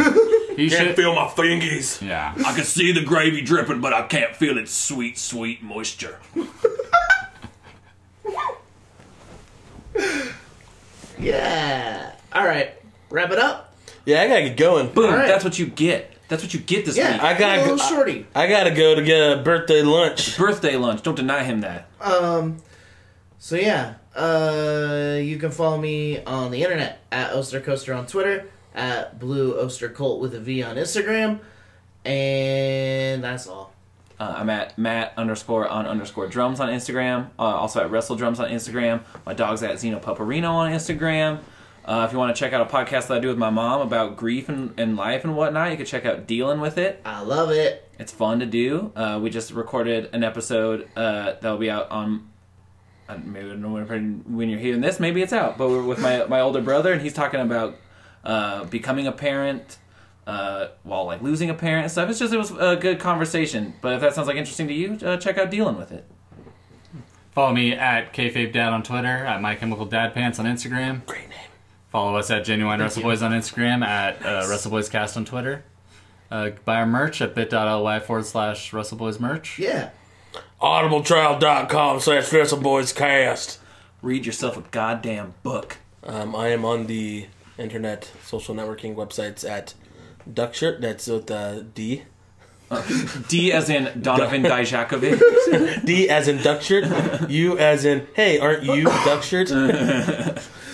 Speaker 7: He should.
Speaker 5: feel my fingies.
Speaker 7: yeah.
Speaker 6: I can see the gravy dripping, but I can't feel its sweet, sweet moisture.
Speaker 3: Yeah. All right. Wrap it up.
Speaker 5: Yeah, I gotta get going.
Speaker 6: Boom!
Speaker 3: right.
Speaker 6: That's what you get. That's what you get this
Speaker 3: Yeah.
Speaker 6: week.
Speaker 5: I gotta
Speaker 3: a little
Speaker 5: go-
Speaker 3: shorty.
Speaker 5: I gotta go to get a birthday lunch.
Speaker 6: Birthday lunch. Don't deny him that.
Speaker 3: Um, So yeah, uh, you can follow me on the internet at Ostercoaster on Twitter, at Blue Oster Colt with a V on Instagram, and that's all.
Speaker 6: Uh, I'm at Matt underscore on underscore drums on Instagram. Uh, also at Wrestle Drums on Instagram. My dog's at Zeno Paparino on Instagram. Uh, if you want to check out a podcast that I do with my mom about grief and, and life and whatnot, you can check out Dealing with It.
Speaker 3: I love it.
Speaker 6: It's fun to do. Uh, we just recorded an episode uh, that'll be out on. I don't- Maybe I don't know when- when you're hearing this. Maybe it's out, but we're with my my older brother, and he's talking about uh, becoming a parent uh, while like losing a parent and stuff. It's just it was a good conversation. But if that sounds like interesting to you, uh, check out dealing with it.
Speaker 7: Follow me at kayfabe dad on Twitter, at my chemical dad pants on Instagram.
Speaker 5: Great name.
Speaker 7: Follow us at genuine wrestle boys on Instagram, at uh, wrestle boys cast on Twitter. Uh, buy our merch at bit.ly forward slash wrestle boys merch.
Speaker 3: Yeah.
Speaker 5: audibletrial.com slash wrestleboyscast.
Speaker 6: Read yourself a goddamn book.
Speaker 5: Um, I am on the internet social networking websites at Duckshirt. That's with uh, D.
Speaker 6: D as in Donovan Dijakovic.
Speaker 5: D as in Duckshirt. U as in, hey, aren't you Duckshirt?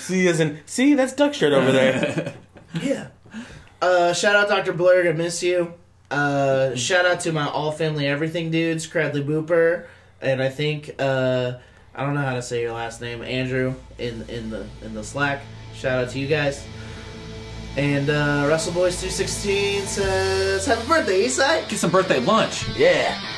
Speaker 5: C as in, see, that's Duckshirt over there.
Speaker 3: Yeah. Uh, shout out Dr. Blurg, I miss you. Uh, shout out to my all family everything dudes, Cradley Booper, and I think uh, I don't know how to say your last name, Andrew, in in the in the Slack. Shout out to you guys. And uh, Russell Boys two sixteen says, "Happy birthday, Eastside."
Speaker 6: Get some birthday lunch.
Speaker 5: Yeah.